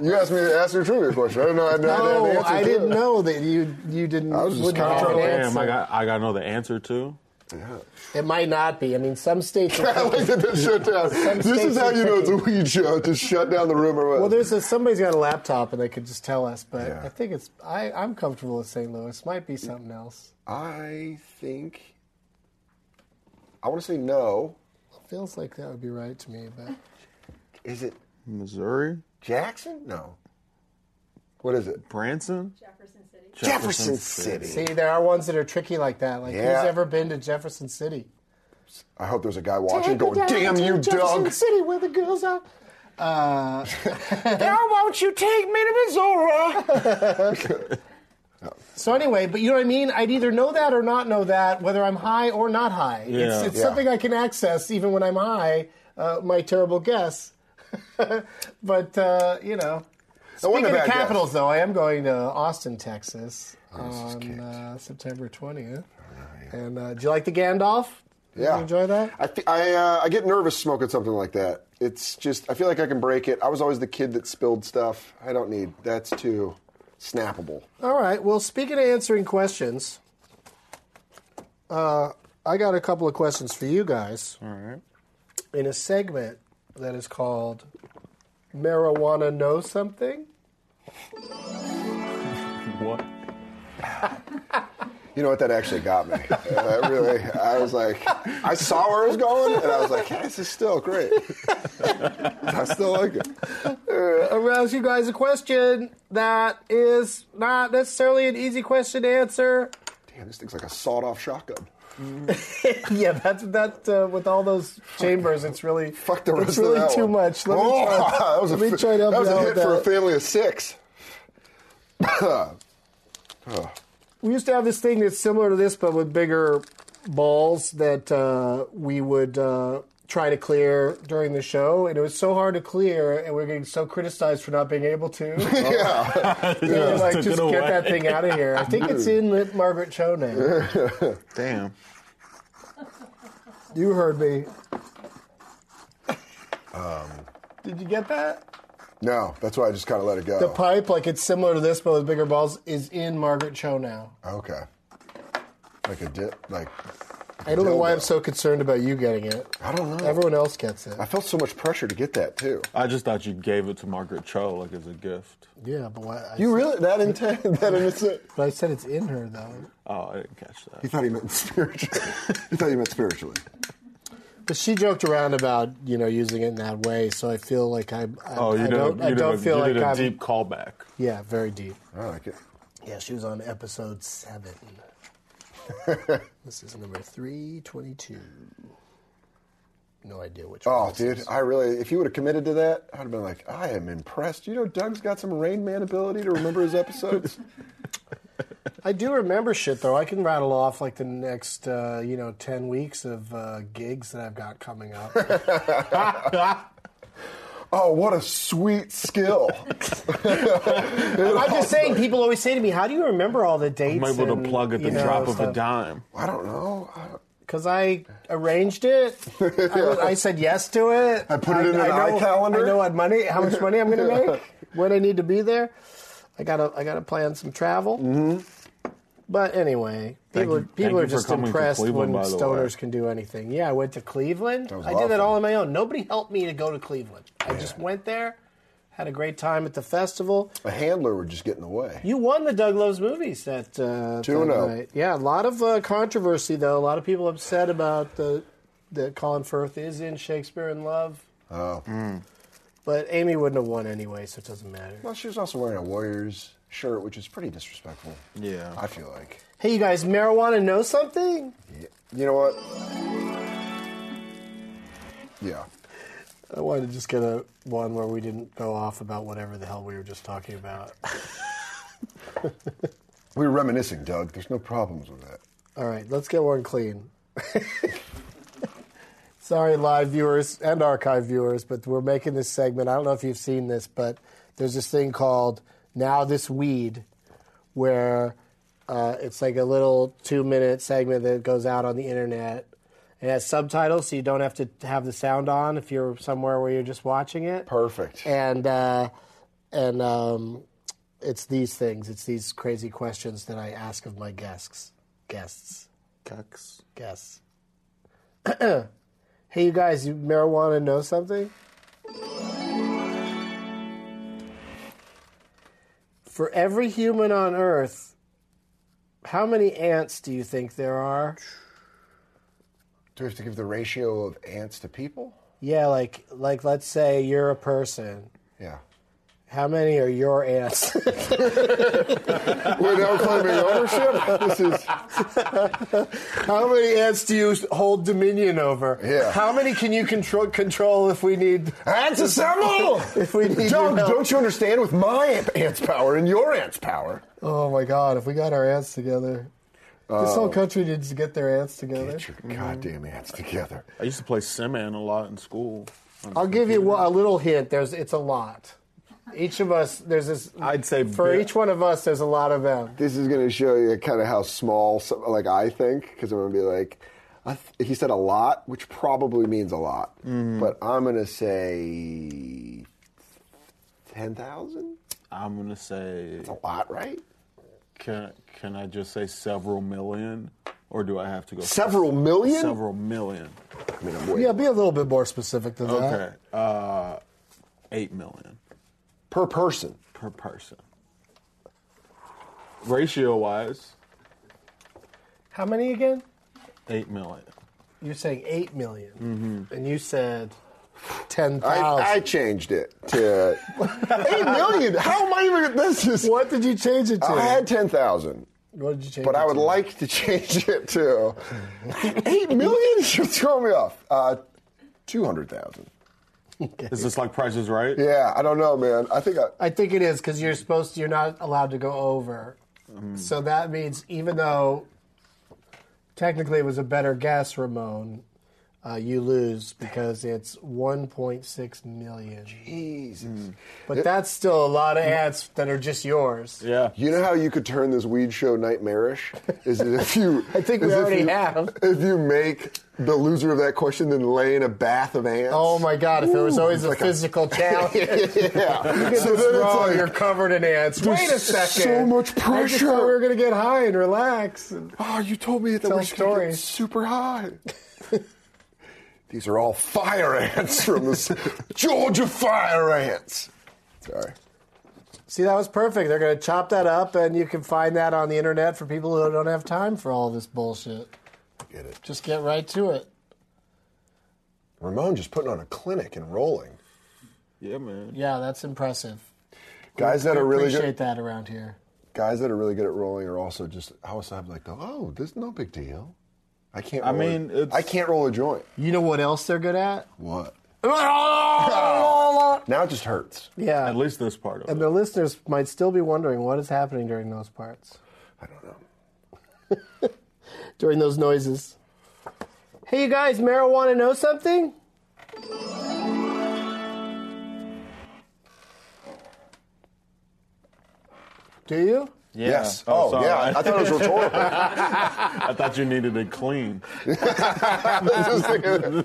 Speaker 3: You asked me to ask you a trivia question. I didn't know I had to have an
Speaker 1: No,
Speaker 3: answer
Speaker 1: I
Speaker 3: to
Speaker 1: didn't
Speaker 3: it.
Speaker 1: know that you you didn't.
Speaker 3: I was just
Speaker 1: wouldn't have
Speaker 3: kinda
Speaker 1: an
Speaker 3: throwing-
Speaker 2: Oh, Damn,
Speaker 1: answer.
Speaker 2: I got I got to know the answer too.
Speaker 1: It might not be. I mean, some states.
Speaker 3: I
Speaker 1: Are
Speaker 3: like that they shut down. This is
Speaker 1: states
Speaker 3: how
Speaker 1: are
Speaker 3: you know it's a
Speaker 1: tricky.
Speaker 3: weed show. Just shut down the room or what?
Speaker 1: well, there's a, somebody's got a laptop and they could just tell us. But
Speaker 3: Yeah.
Speaker 1: I think it's. I, I'm comfortable with St. Louis. Might be something else.
Speaker 3: I think I want to say no.
Speaker 1: Feels like that would be right to me. But
Speaker 3: Is it
Speaker 2: Missouri,
Speaker 3: Jackson? No. What is it?
Speaker 2: Branson,
Speaker 7: Jefferson City.
Speaker 3: Jefferson City.
Speaker 1: see, there are ones that are tricky like that. Like
Speaker 3: Yeah.
Speaker 1: who's ever been to Jefferson City?
Speaker 3: I hope there's a guy watching going, "Damn you,
Speaker 1: Jefferson
Speaker 3: Doug!"
Speaker 1: City, where the girls are. Uh,
Speaker 3: Now won't you take me to Missouri?
Speaker 1: so anyway, but you know what I mean. I'd either know that or not know that, whether I'm high or not high. It's,
Speaker 2: Yeah.
Speaker 1: it's
Speaker 3: Yeah.
Speaker 1: something I can access even when I'm high. Uh, my terrible guess, but uh, you know.
Speaker 3: I wasn't a
Speaker 1: Speaking of
Speaker 3: bad guess. Oh,
Speaker 1: capitals, though, I am going to Austin, Texas
Speaker 3: this is
Speaker 1: on
Speaker 3: kicked.
Speaker 1: uh, September 20th. And uh, do you like the Gandalf? Did
Speaker 3: Yeah.
Speaker 1: you enjoy that?
Speaker 3: I, th- I, uh, I get nervous smoking something like that. It's just I feel like I can break it. I was always the kid that spilled stuff. I don't need that's too snappable.
Speaker 1: All right. Well, speaking of answering questions, uh, I got a couple of questions for you guys. All right. In a segment that is called Marijuana Know Something.
Speaker 2: What?
Speaker 3: You know what? That actually got me. I really, I was like, I saw where it was going, and I was like, hey, this is still great. I still like it.
Speaker 1: arouse you guys a question that is not necessarily an easy question to answer.
Speaker 3: Damn, this thing's like a sawed-off shotgun.
Speaker 1: Yeah, that's that. Uh, with all those chambers, it's really
Speaker 3: Fuck the rest
Speaker 1: It's really
Speaker 3: of that
Speaker 1: too
Speaker 3: one.
Speaker 1: much. Let
Speaker 3: oh,
Speaker 1: me try.
Speaker 3: that was a,
Speaker 1: let me try to help
Speaker 3: that
Speaker 1: you
Speaker 3: was a
Speaker 1: out
Speaker 3: hit
Speaker 1: with
Speaker 3: for a
Speaker 1: that.
Speaker 3: family of six.
Speaker 1: we used to have this thing that's similar to this, but with bigger balls that uh, we would uh, try to clear during the show, and it was so hard to clear, and we were getting so criticized for not being able to.
Speaker 3: Oh, Yeah,
Speaker 1: They were like,
Speaker 2: took
Speaker 1: just,
Speaker 2: it
Speaker 1: get
Speaker 2: away."
Speaker 1: that thing out of here. I think it's in the Margaret Cho now.
Speaker 2: Damn.
Speaker 1: You heard me.
Speaker 3: Um,
Speaker 1: Did you get that?
Speaker 3: no, that's why I just kind of let it go.
Speaker 1: The pipe, like it's similar to this, but with bigger balls, is in Margaret Cho now.
Speaker 3: okay, like a dip, like
Speaker 1: I don't know why
Speaker 3: dildo.
Speaker 1: I'm so concerned about you getting it.
Speaker 3: I don't know.
Speaker 1: Everyone else gets it.
Speaker 3: I felt so much pressure to get that too.
Speaker 2: I just thought you gave it to Margaret Cho like as a gift.
Speaker 1: Yeah, but why? I
Speaker 3: You
Speaker 1: said-
Speaker 3: really that intent that innocent?
Speaker 1: But I said it's in her though.
Speaker 2: Oh, I didn't catch that.
Speaker 3: He thought he meant spiritually. he thought he meant spiritually.
Speaker 1: But she joked around about you know using it in that way, so I feel like I. I
Speaker 2: Oh, you
Speaker 1: I
Speaker 2: did.
Speaker 1: don't.
Speaker 2: a,
Speaker 1: I
Speaker 2: you
Speaker 1: don't
Speaker 2: did a,
Speaker 1: feel
Speaker 2: you
Speaker 1: like
Speaker 2: did a
Speaker 1: I'm.
Speaker 2: deep callback.
Speaker 1: Yeah, very deep.
Speaker 3: I like it.
Speaker 1: Yeah, she was on episode seven. this is number three twenty-two. No idea which. one
Speaker 3: Oh,
Speaker 1: this
Speaker 3: dude,
Speaker 1: is.
Speaker 3: I really, if you would have committed to that, I'd have been like, I am impressed. You know, Doug's got some Rain Man ability to remember his episodes.
Speaker 1: I do remember shit though. I can rattle off like the next, uh, you know, ten weeks of uh, gigs that I've got coming up.
Speaker 3: oh, what a sweet skill.
Speaker 1: I'm just saying, people always say to me, "How do you remember all the dates?"
Speaker 2: I'm able
Speaker 1: and,
Speaker 2: to plug at
Speaker 1: you
Speaker 2: the
Speaker 1: know,
Speaker 2: drop of a
Speaker 1: stuff?"
Speaker 2: dime.
Speaker 3: I don't know. I don't-
Speaker 1: because I arranged it. I, was- I said yes to it.
Speaker 3: I put it in an
Speaker 1: know,
Speaker 3: iCalendar.
Speaker 1: I know what money, how much money I'm going to make, when I need to be there. I gotta, I gotta plan some travel. Mm-hmm. But anyway,
Speaker 2: Thank
Speaker 1: people, are
Speaker 2: you- thank
Speaker 1: people
Speaker 2: you
Speaker 1: are
Speaker 2: for
Speaker 1: just
Speaker 2: coming to
Speaker 1: impressed when
Speaker 2: Cleveland, by the way.
Speaker 1: stoners can do anything. Yeah, I went to Cleveland.
Speaker 3: was
Speaker 1: I did that
Speaker 3: awesome.
Speaker 1: all on my own. Nobody helped me to go to Cleveland. I just went there, had a great time at the festival.
Speaker 3: a handler would just get in the way.
Speaker 1: You won the Doug Loves Movies that uh,
Speaker 3: Two and
Speaker 1: that
Speaker 3: oh.
Speaker 1: night. Yeah, a lot of uh, controversy though. A lot of people upset about the that Colin Firth is in Shakespeare in Love,
Speaker 3: Oh.
Speaker 1: but Amy wouldn't have won anyway, so it doesn't matter.
Speaker 3: Well, she was also wearing a Warriors shirt, which is pretty disrespectful.
Speaker 2: Yeah.
Speaker 3: I feel like.
Speaker 1: Hey, you guys, marijuana knows something?
Speaker 3: Yeah. You know what? Yeah.
Speaker 1: I wanted to just get a one where we didn't go off about whatever the hell we were just talking about.
Speaker 3: We were reminiscing, Doug. There's no problems with that.
Speaker 1: All right, let's get one clean. Sorry, live viewers and archive viewers, but we're making this segment. I don't know if you've seen this, but there's this thing called Now This Weed, where uh, it's like a little two minute segment that goes out on the internet. It has subtitles, so you don't have to have the sound on if you're somewhere where you're just watching it
Speaker 3: Perfect.
Speaker 1: and uh, and um, it's these things. It's these crazy questions that I ask of my guests. Guests.
Speaker 2: Cucks.
Speaker 1: Guests. hey, you guys, you marijuana know something? For every human on Earth, how many ants do you think there are?
Speaker 3: Do we have to give the ratio of ants to people?
Speaker 1: Yeah, like like let's say you're a person.
Speaker 3: Yeah.
Speaker 1: How many are your ants?
Speaker 3: We're now claiming ownership. This is
Speaker 1: How many ants do you hold dominion over?
Speaker 3: Yeah.
Speaker 1: How many can you control? Control if we need.
Speaker 3: ants assemble.
Speaker 1: If we need your
Speaker 3: Doug,
Speaker 1: help.
Speaker 3: don't you understand? With my ant- ants' power and your ants' power,
Speaker 1: Oh my God! If we got our ants together, this whole country needs to get their ants together.
Speaker 3: Oh. get your goddamn ants together.
Speaker 2: I used to play Siman a lot in school.
Speaker 1: I'll give you one- a little hint. There's it's a lot. Each of us, there's this.
Speaker 2: I'd say
Speaker 1: for
Speaker 2: bi-
Speaker 1: each one of us, there's a lot of them.
Speaker 3: This is going to show you kind of how small, some- like I think, because I'm going to be like, I th- he said a lot, which probably means a lot, but I'm going to say ten thousand.
Speaker 2: I'm gonna say.
Speaker 3: It's a lot, right?
Speaker 2: Can can I just say several million, or do I have to go
Speaker 3: Several million?
Speaker 2: Several million.
Speaker 3: I mean, I'm way
Speaker 1: Yeah, be a little bit more specific than
Speaker 2: Okay,
Speaker 1: that.
Speaker 2: uh, eight million
Speaker 3: per person.
Speaker 2: per person. Ratio wise,
Speaker 1: How many again?
Speaker 2: eight million.
Speaker 1: You're saying eight million. and you said ten thousand.
Speaker 3: Mm-hmm. I, I changed it to eight million. How am I even? This is.
Speaker 1: what did you change it to?
Speaker 3: I had ten thousand,
Speaker 1: what did you change?
Speaker 3: but
Speaker 1: it
Speaker 3: I would
Speaker 1: to?
Speaker 3: like to change it to eight million. You're throwing me off. Uh, Two hundred thousand.
Speaker 2: Is this like prices right?
Speaker 3: Yeah, I don't know, man. I think I.
Speaker 1: I think it is because you're supposed to, you're not allowed to go over. So that means even though technically it was a better guess, Ramon, uh, you lose because it's 1.6 million.
Speaker 3: Jesus.
Speaker 1: Mm. But that's still a lot of ads that are just yours.
Speaker 2: Yeah.
Speaker 3: You know how you could turn this weed show nightmarish? Is it if you?
Speaker 1: I think we
Speaker 3: is if
Speaker 1: already
Speaker 3: you-
Speaker 1: have.
Speaker 3: If you make the loser of that question then lay in a bath of ants.
Speaker 1: Oh my God! If there was always a
Speaker 3: like a-
Speaker 1: physical challenge,
Speaker 3: yeah.
Speaker 1: so
Speaker 3: so then it's
Speaker 1: wrong,
Speaker 3: like
Speaker 1: you're covered in ants.
Speaker 3: there's
Speaker 1: Wait a second.
Speaker 3: so much
Speaker 1: I just thought we
Speaker 3: pressure.
Speaker 1: were gonna get high and relax.
Speaker 3: Oh, you told me that
Speaker 1: Tell
Speaker 3: we're just gonna get
Speaker 1: stories.
Speaker 3: super high. These are all fire ants from the s- Georgia fire ants. Sorry.
Speaker 1: See, that was perfect. They're gonna chop that up, and you can find that on the internet for people who don't have time for all this bullshit.
Speaker 3: Get it.
Speaker 1: Just get right to it.
Speaker 3: Ramon just putting on a clinic and rolling.
Speaker 2: Yeah, man.
Speaker 1: Yeah, that's impressive.
Speaker 3: Guys that
Speaker 1: We
Speaker 3: are really
Speaker 1: appreciate
Speaker 3: good.
Speaker 1: that around here.
Speaker 3: guys that are really good at rolling are also just I also have like the oh this no big deal. I can't.
Speaker 2: I
Speaker 3: roll
Speaker 2: mean,
Speaker 3: a-
Speaker 2: it's-
Speaker 3: I can't roll a joint.
Speaker 1: You know what else they're good at?
Speaker 3: What?
Speaker 1: yeah.
Speaker 3: Now it just hurts.
Speaker 2: At least this part of
Speaker 1: And
Speaker 2: it.
Speaker 1: the listeners might still be wondering what is happening during those parts,
Speaker 3: I don't know.
Speaker 1: during those noises. Hey, you guys, marijuana know something? Do you?
Speaker 2: Yeah.
Speaker 3: Yes. Oh,
Speaker 2: sorry.
Speaker 3: yeah. I thought it was rhetorical. I
Speaker 2: I thought you needed it clean.
Speaker 3: was just thinking-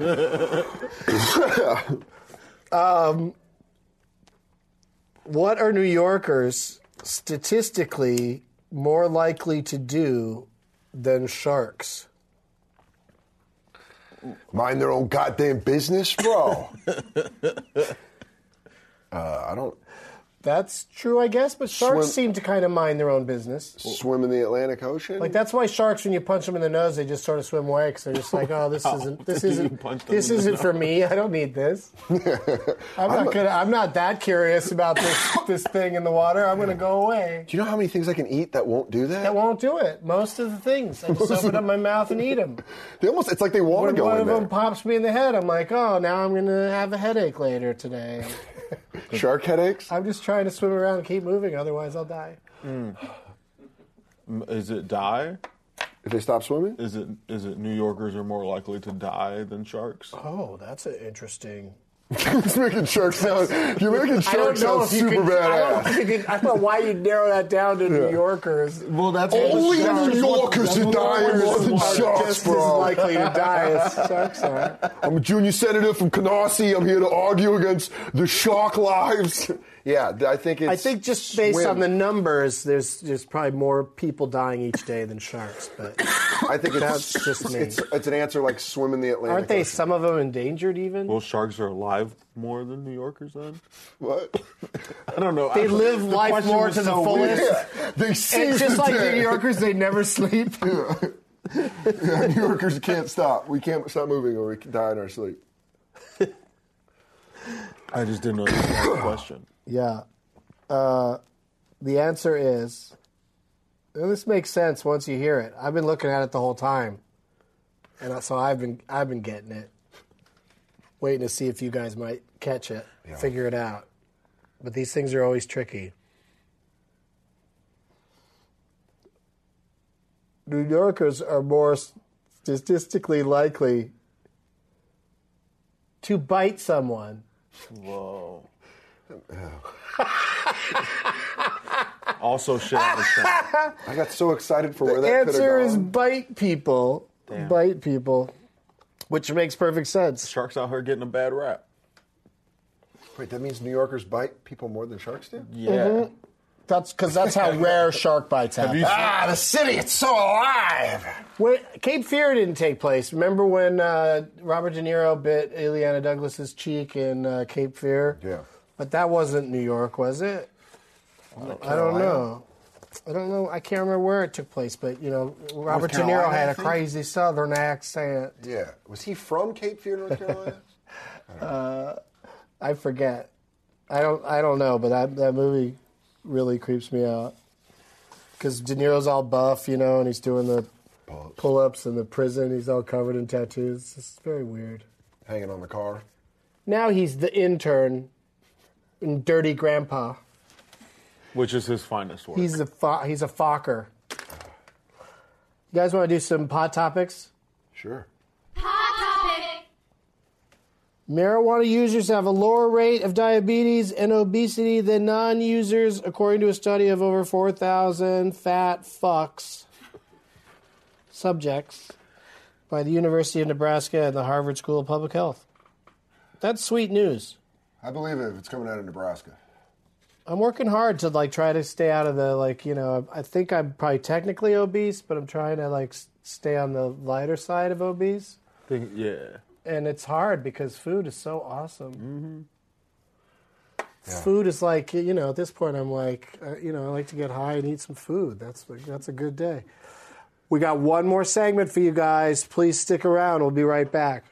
Speaker 1: What are New Yorkers statistically more likely to do than sharks?
Speaker 3: mind their own goddamn business, bro. uh, I don't
Speaker 1: That's true, I guess, but sharks
Speaker 3: Swim-
Speaker 1: seem to kind of mind their own business.
Speaker 3: swim in the Atlantic Ocean.
Speaker 1: Like that's why sharks, when you punch them in the nose, they just sort of swim away because they're just like, "Oh, this isn't this
Speaker 2: You
Speaker 1: isn't
Speaker 2: punched
Speaker 1: this
Speaker 2: them in the
Speaker 1: isn't for me. I don't need this. I'm not gonna. I'm not that curious about this this thing in the water. I'm gonna go away.
Speaker 3: Do you know how many things I can eat that won't do that?
Speaker 1: I won't do it. Most of the things, I just open up my mouth and eat them.
Speaker 3: They almost. It's like they want
Speaker 1: When
Speaker 3: to go
Speaker 1: one
Speaker 3: in
Speaker 1: of them
Speaker 3: there.
Speaker 1: pops me in the head, I'm like, "Oh, now I'm gonna have a headache later today."
Speaker 3: Shark headaches.
Speaker 1: I'm just trying to swim around and keep moving, otherwise I'll die.
Speaker 2: M- Is it die?
Speaker 3: If they stop swimming.
Speaker 2: Is it is it New Yorkers are more likely to die than sharks?
Speaker 3: Uh-huh.
Speaker 1: Oh, that's an interesting
Speaker 3: He's making shark sound. You're making
Speaker 1: I
Speaker 3: shark
Speaker 1: don't know
Speaker 3: sound
Speaker 1: if you
Speaker 3: super
Speaker 1: could, I don't,
Speaker 3: badass.
Speaker 1: think you could- I don't know why you'd narrow that down to New Yorkers.
Speaker 2: Well, that's
Speaker 3: Only
Speaker 1: That's
Speaker 3: New
Speaker 1: just what-
Speaker 3: Yorkers
Speaker 1: that's
Speaker 3: who
Speaker 1: what
Speaker 3: die in more
Speaker 1: Yorkers
Speaker 3: than
Speaker 1: are
Speaker 3: sharks,
Speaker 1: just
Speaker 3: bro.
Speaker 1: as likely to die as sharks are.
Speaker 3: I'm a junior senator from Canarsie. I'm here to argue against the shark lives. Yeah, th- I think it's.
Speaker 1: I think just based
Speaker 3: swim.
Speaker 1: on the numbers, there's there's probably more people dying each day than sharks. But
Speaker 3: I think it's
Speaker 1: that's just me.
Speaker 3: It's, it's an answer like swim in the Atlantic.
Speaker 1: aren't they
Speaker 3: Ocean.
Speaker 1: some of them endangered even?
Speaker 2: Well, sharks are alive more than New Yorkers then?
Speaker 3: What?
Speaker 2: I don't know.
Speaker 1: they
Speaker 2: I-
Speaker 1: live
Speaker 2: the
Speaker 1: life
Speaker 2: question
Speaker 1: more
Speaker 2: was
Speaker 1: to the
Speaker 2: so
Speaker 1: fullest.
Speaker 2: weird.
Speaker 3: They seize
Speaker 1: It's just
Speaker 3: the
Speaker 1: like
Speaker 3: day.
Speaker 1: New Yorkers, they never sleep.
Speaker 3: Yeah, New Yorkers can't stop. We can't stop moving, or we can die in our sleep.
Speaker 2: I just didn't understand the question.
Speaker 1: Yeah. Uh, the answer is. and this makes sense once you hear it. I've been looking at it the whole time, and I- so I've been I've been getting it, waiting to see if you guys might catch it, figure it out. But these things are always tricky. New Yorkers are more statistically likely to bite someone
Speaker 2: Whoa. also, shit out of town.
Speaker 3: I got so excited for where
Speaker 1: The
Speaker 3: that could
Speaker 1: answer
Speaker 3: have
Speaker 1: is
Speaker 3: gone.
Speaker 1: bite people. Bite people. Which makes perfect sense.
Speaker 2: Sharks out here getting a bad rap.
Speaker 3: Wait, that means New Yorkers bite people more than sharks do.
Speaker 2: Yeah.
Speaker 1: That's because that's how rare shark bites happen.
Speaker 2: you-
Speaker 3: Mm-hmm. Ah, the city, it's so alive.
Speaker 1: When, Cape Fear didn't take place. Remember when uh, Robert De Niro bit Ileana Douglas's cheek in uh, Cape Fear?
Speaker 3: Yeah.
Speaker 1: But that wasn't New York, was it? I don't know. I don't know. I can't remember where it took place, but you know, Robert De
Speaker 3: Carolina,
Speaker 1: Niro had
Speaker 3: I
Speaker 1: a
Speaker 3: think?
Speaker 1: crazy Southern accent.
Speaker 3: Yeah, was he from Cape Fear, North Carolina?
Speaker 1: I forget. I don't. I don't know. But that that movie really creeps me out because De Niro's all buff, you know, and he's doing the
Speaker 3: Pull-ups.
Speaker 1: pull-ups in the prison. He's all covered in tattoos. It's very weird.
Speaker 3: Hanging on the car.
Speaker 1: Now he's the intern in Dirty Grandpa.
Speaker 2: Which is his finest work.
Speaker 1: He's a fo- he's a Fokker. You guys want to do some pot topics?
Speaker 3: Sure.
Speaker 7: Hot topic.
Speaker 1: Marijuana users have a lower rate of diabetes and obesity than non users, according to a study of over 4,000 fat fucks subjects by the University of Nebraska and the Harvard School of Public Health. That's sweet news.
Speaker 3: I believe it if it's coming out of Nebraska.
Speaker 1: I'm working hard to like try to stay out of the like you know I think I'm probably technically obese, but I'm trying to like s- stay on the lighter side of obese,
Speaker 2: Think, yeah.
Speaker 1: and it's hard because food is so awesome. Mm-hmm. Food is like you know at this point I'm like uh, you know I like to get high and eat some food. That's like, that's a good day. We got one more segment for you guys. Please stick around. We'll be right back.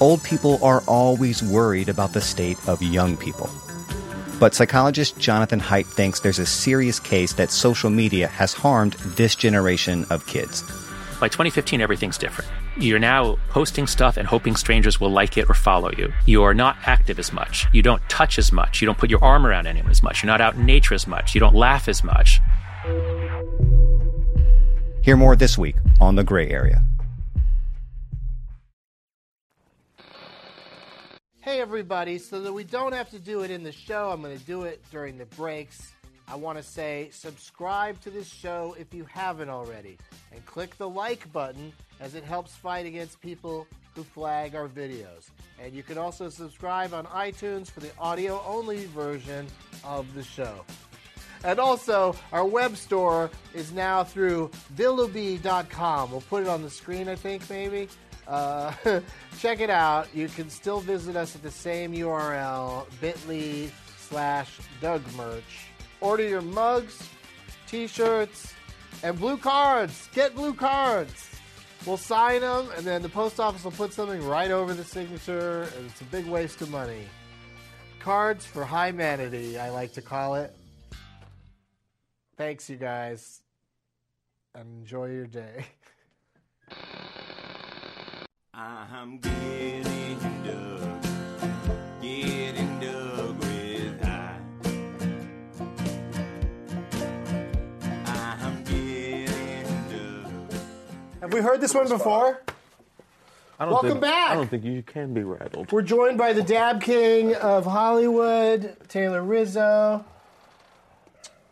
Speaker 7: Old people are always worried about the state of young people. But psychologist Jonathan Haidt thinks there's a serious case that social media has harmed this generation of kids.
Speaker 8: By 2015, everything's different. You're now posting stuff and hoping strangers will like it or follow you. You are not active as much. You don't touch as much. You don't put your arm around anyone as much. You're not out in nature as much. You don't laugh as much.
Speaker 7: Hear more this week on The Gray Area.
Speaker 1: Hey, everybody, so that we don't have to do it in the show, I'm going to do it during the breaks. I want to say subscribe to this show if you haven't already, and click the like button as it helps fight against people who flag our videos. And you can also subscribe on iTunes for the audio only version of the show. And also, our web store is now through villubi.com. We'll put it on the screen, I think, maybe. Uh, check it out. You can still visit us at the same URL, bit.ly slash Doug Merch. Order your mugs, t-shirts, and blue cards. Get blue cards. We'll sign them, and then the post office will put something right over the signature, and it's a big waste of money. Cards for high manity, I like to call it. Thanks, you guys. and Enjoy your day.
Speaker 9: I'm getting dug, getting dug with high. I'm getting dug.
Speaker 1: Have we heard this one before?
Speaker 2: I don't
Speaker 1: Welcome
Speaker 2: think,
Speaker 1: back.
Speaker 2: I don't think you can be rattled.
Speaker 1: We're joined by the Dab King of Hollywood, Taylor Rizzo.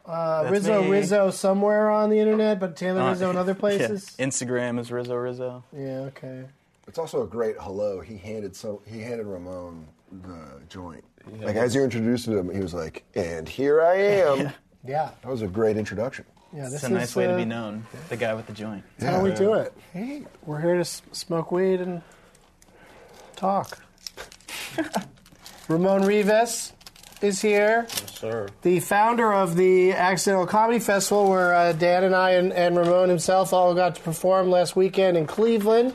Speaker 1: Uh, Rizzo,
Speaker 10: me.
Speaker 1: Rizzo, somewhere on the internet, but Taylor Rizzo in other places.
Speaker 10: Uh, Yeah. Instagram is Rizzo Rizzo.
Speaker 1: yeah okay.
Speaker 3: It's also a great hello. He handed so he handed Ramon the joint. Like as you introduced him, he was like, "And here I am."
Speaker 1: Yeah,
Speaker 3: That was a great introduction.
Speaker 1: yeah. This
Speaker 10: It's a
Speaker 1: is,
Speaker 10: nice way to
Speaker 1: uh,
Speaker 10: be known. The guy with the joint.
Speaker 1: That's how we do it. We're here to s- smoke weed and talk. Ramon Rivas is here.
Speaker 2: Sir.
Speaker 1: the founder of the Accidental Comedy Festival, where uh, Dan and I and, and Ramon himself all got to perform last weekend in Cleveland.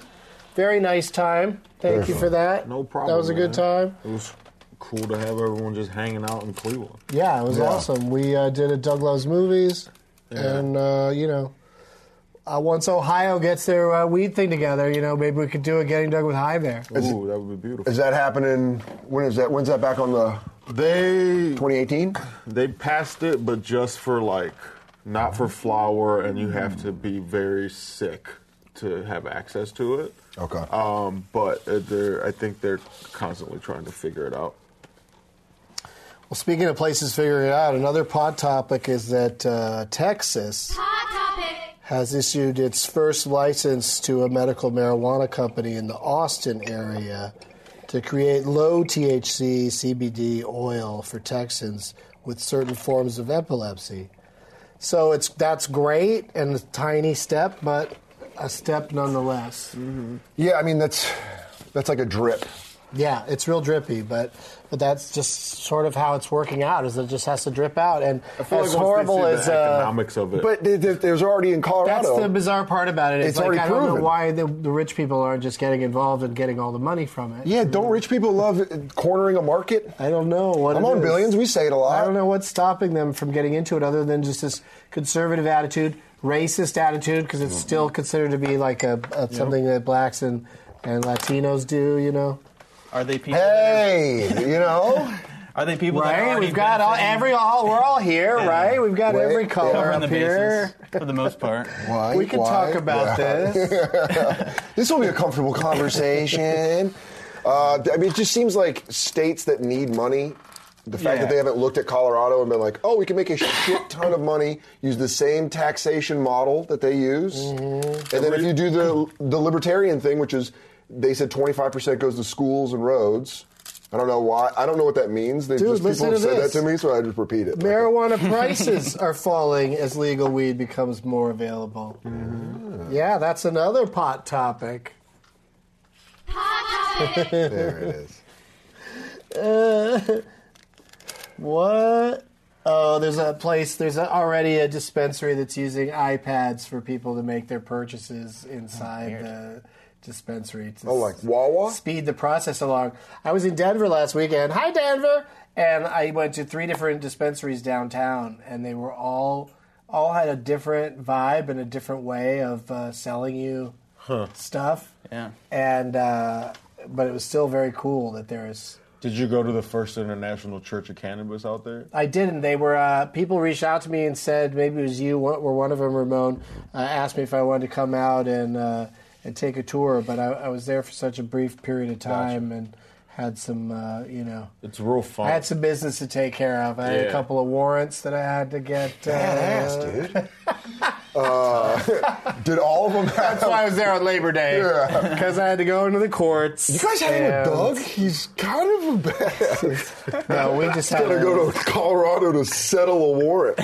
Speaker 1: Very nice time. Thank you for that.
Speaker 2: No problem.
Speaker 1: That was a good
Speaker 2: man.
Speaker 1: time.
Speaker 2: It was cool to have everyone just hanging out in Cleveland.
Speaker 1: Yeah, it was
Speaker 3: Yeah.
Speaker 1: awesome. We uh, did a Doug Loves Movies,
Speaker 2: Yeah.
Speaker 1: and uh, you know, uh, once Ohio gets their uh, weed thing together, you know, maybe we could do a Getting Doug with High there.
Speaker 2: Ooh, that would be beautiful.
Speaker 3: Is that happening? When is that? When's that back on the
Speaker 2: They
Speaker 3: 2018?
Speaker 2: they passed it, but just for like not for flour, and you have to be very sick to have access to it.
Speaker 3: Okay.
Speaker 2: Um, but uh, they're I think they're constantly trying to figure it out.
Speaker 1: Well, speaking of places figuring it out, another pod topic is that uh, Texas. has issued its first license to a medical marijuana company in the Austin area to create low THC CBD oil for Texans with certain forms of epilepsy. So it's that's great and a tiny step, but a step nonetheless.
Speaker 3: Yeah, I mean that's that's like a drip.
Speaker 1: Yeah, it's real drippy, but but that's just sort of how it's working out. Is it just has to drip out, and
Speaker 2: I feel
Speaker 1: as
Speaker 2: like once they
Speaker 1: horrible
Speaker 2: see
Speaker 1: as
Speaker 2: the
Speaker 1: uh,
Speaker 2: economics of it,
Speaker 3: But th- th- there's already in
Speaker 1: That's
Speaker 3: Colorado.
Speaker 1: the bizarre part about it. It's,
Speaker 3: It's
Speaker 1: like
Speaker 3: already
Speaker 1: I don't know
Speaker 3: proven.
Speaker 1: why the, the rich people aren't just getting involved and getting all the money from it.
Speaker 3: yeah, don't rich people love cornering a market?
Speaker 1: I don't know what
Speaker 3: I'm
Speaker 1: it
Speaker 3: on
Speaker 1: is.
Speaker 3: billions. We say it a lot.
Speaker 1: I don't know what's stopping them from getting into it other than just this conservative attitude, racist attitude, because it's still
Speaker 3: Mm-hmm.
Speaker 1: considered to be like a, a something that blacks and, and Latinos do. You know,
Speaker 10: Are they people? that
Speaker 3: Hey, you know,
Speaker 10: are- Are they people that are
Speaker 1: Right,
Speaker 10: already
Speaker 1: we've got all
Speaker 10: benefiting?
Speaker 1: every all. We're all here,
Speaker 10: Yeah.
Speaker 1: right? We've got
Speaker 3: Wait,
Speaker 1: every color
Speaker 10: covering
Speaker 1: up
Speaker 10: the
Speaker 1: here.
Speaker 10: bases for the most part?
Speaker 3: Why?
Speaker 1: We can
Speaker 3: Why?
Speaker 1: talk about
Speaker 3: Why? this. will be a comfortable conversation. Uh, I mean, it just seems like states that need money. The fact
Speaker 10: Yeah.
Speaker 3: that they haven't looked at Colorado and been like, "Oh, we can make a shit ton of money, use the same taxation model that they use,"
Speaker 1: Mm-hmm.
Speaker 3: and then if you do the the libertarian thing, which is they said twenty five percent goes to schools and roads. I don't know why. I don't know what that means. They
Speaker 1: Dude,
Speaker 3: just
Speaker 1: listen
Speaker 3: people have
Speaker 1: to
Speaker 3: said
Speaker 1: this.
Speaker 3: that to me, so I just repeat it.
Speaker 1: Marijuana prices are falling as legal weed becomes more available.
Speaker 3: Mm-hmm.
Speaker 1: Yeah, that's another pot topic.
Speaker 3: there it is.
Speaker 1: What? Oh, there's a place. There's a, already a dispensary that's using iPads for people to make their purchases inside the dispensary. To
Speaker 3: Oh, like Wawa?
Speaker 1: speed the process along. I was in Denver last weekend. Hi, Denver! And I went to three different dispensaries downtown, and they were all all had a different vibe and a different way of uh, selling you stuff.
Speaker 10: Yeah.
Speaker 1: And uh, but it was still very cool that there's.
Speaker 2: Did you go to the first International Church of Cannabis out there?
Speaker 1: I didn't. They were uh, people reached out to me and said maybe it was you. One- Were one of them Ramon uh, asked me if I wanted to come out and uh, and take a tour, but I, I was there for such a brief period of time and had some uh, you know.
Speaker 2: It's real fun.
Speaker 1: I had some business to take care of. I had a
Speaker 2: Yeah.
Speaker 1: couple of warrants that I had to get. Uh,
Speaker 3: Badass, dude. uh, did all of them have?
Speaker 1: That's why I was there on Labor Day
Speaker 3: Yeah.
Speaker 1: because I had to go into the courts.
Speaker 3: you guys hanging with
Speaker 1: and-
Speaker 3: Doug? He's kind of a badass.
Speaker 1: No, we just had
Speaker 3: Gotta
Speaker 1: a-
Speaker 3: go to Colorado to settle a warrant.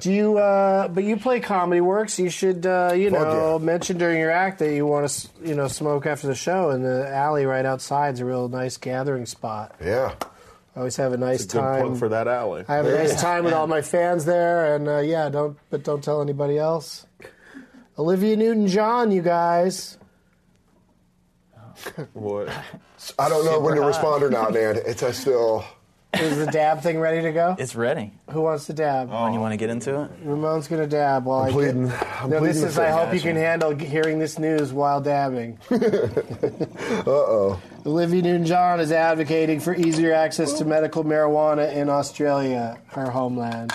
Speaker 1: Do you? Uh, but you play Comedy Works. You should, uh, you
Speaker 3: Fuck
Speaker 1: know,
Speaker 3: yeah.
Speaker 1: mention during your act that you want to, you know, smoke after the show, and the alley right outside is a real nice gathering spot.
Speaker 3: Yeah.
Speaker 1: I always have a nice
Speaker 2: Good plug
Speaker 1: time.
Speaker 2: for that alley.
Speaker 1: I have a nice time with all my fans there, and uh, yeah, don't but don't tell anybody else. Olivia Newton-John, you guys.
Speaker 2: what?
Speaker 3: I don't know when to respond or not, man. It's I still.
Speaker 1: Is the dab thing ready to go?
Speaker 10: It's ready.
Speaker 1: Who wants to dab?
Speaker 10: Oh, you want to get into it?
Speaker 1: Ramon's gonna dab while i
Speaker 3: pleading-
Speaker 1: get-
Speaker 3: I'm
Speaker 1: no, this
Speaker 3: pleading
Speaker 1: is.
Speaker 3: the
Speaker 1: I
Speaker 3: fifth.
Speaker 1: hope you can handle g- hearing this news while dabbing. uh oh. Olivia Newton-John is advocating for easier access to medical marijuana in Australia, her homeland.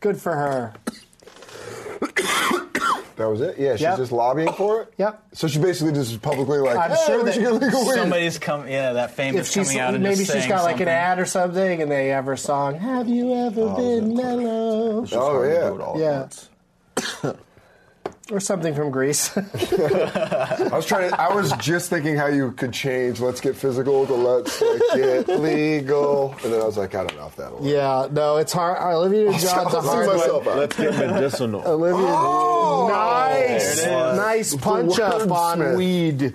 Speaker 1: Good for her.
Speaker 3: That was it. Yeah, she's
Speaker 1: Yep.
Speaker 3: just lobbying for it.
Speaker 1: Yep.
Speaker 3: So she basically just is publicly like,
Speaker 1: I'm
Speaker 3: hey,
Speaker 1: sure
Speaker 3: we
Speaker 1: that
Speaker 3: should get legal weed."
Speaker 10: Somebody's come. Yeah, that fame
Speaker 1: If
Speaker 10: is
Speaker 1: she's
Speaker 10: coming out and
Speaker 1: maybe
Speaker 10: just
Speaker 1: she's
Speaker 10: saying
Speaker 1: got like an
Speaker 10: something.
Speaker 1: ad or something, and they have her song "Have You Ever Been Mellow"
Speaker 2: It's just
Speaker 3: Oh,
Speaker 2: hard to
Speaker 3: yeah.
Speaker 2: do it all at
Speaker 1: Yeah.
Speaker 2: once.
Speaker 1: or something from Greece.
Speaker 3: I was trying. To, I was just thinking how you could change. Let's get physical to let's like, get legal, and then I was like, I don't know if that'll. work.
Speaker 1: yeah, no, it's hard. Olivia John's a
Speaker 3: I'll see
Speaker 1: hard one.
Speaker 3: myself out.
Speaker 2: Let's get medicinal.
Speaker 1: Olivia.
Speaker 3: Oh!
Speaker 1: nice,
Speaker 10: There it is.
Speaker 1: nice punch
Speaker 3: The
Speaker 1: up on
Speaker 3: wordsmith.
Speaker 1: weed.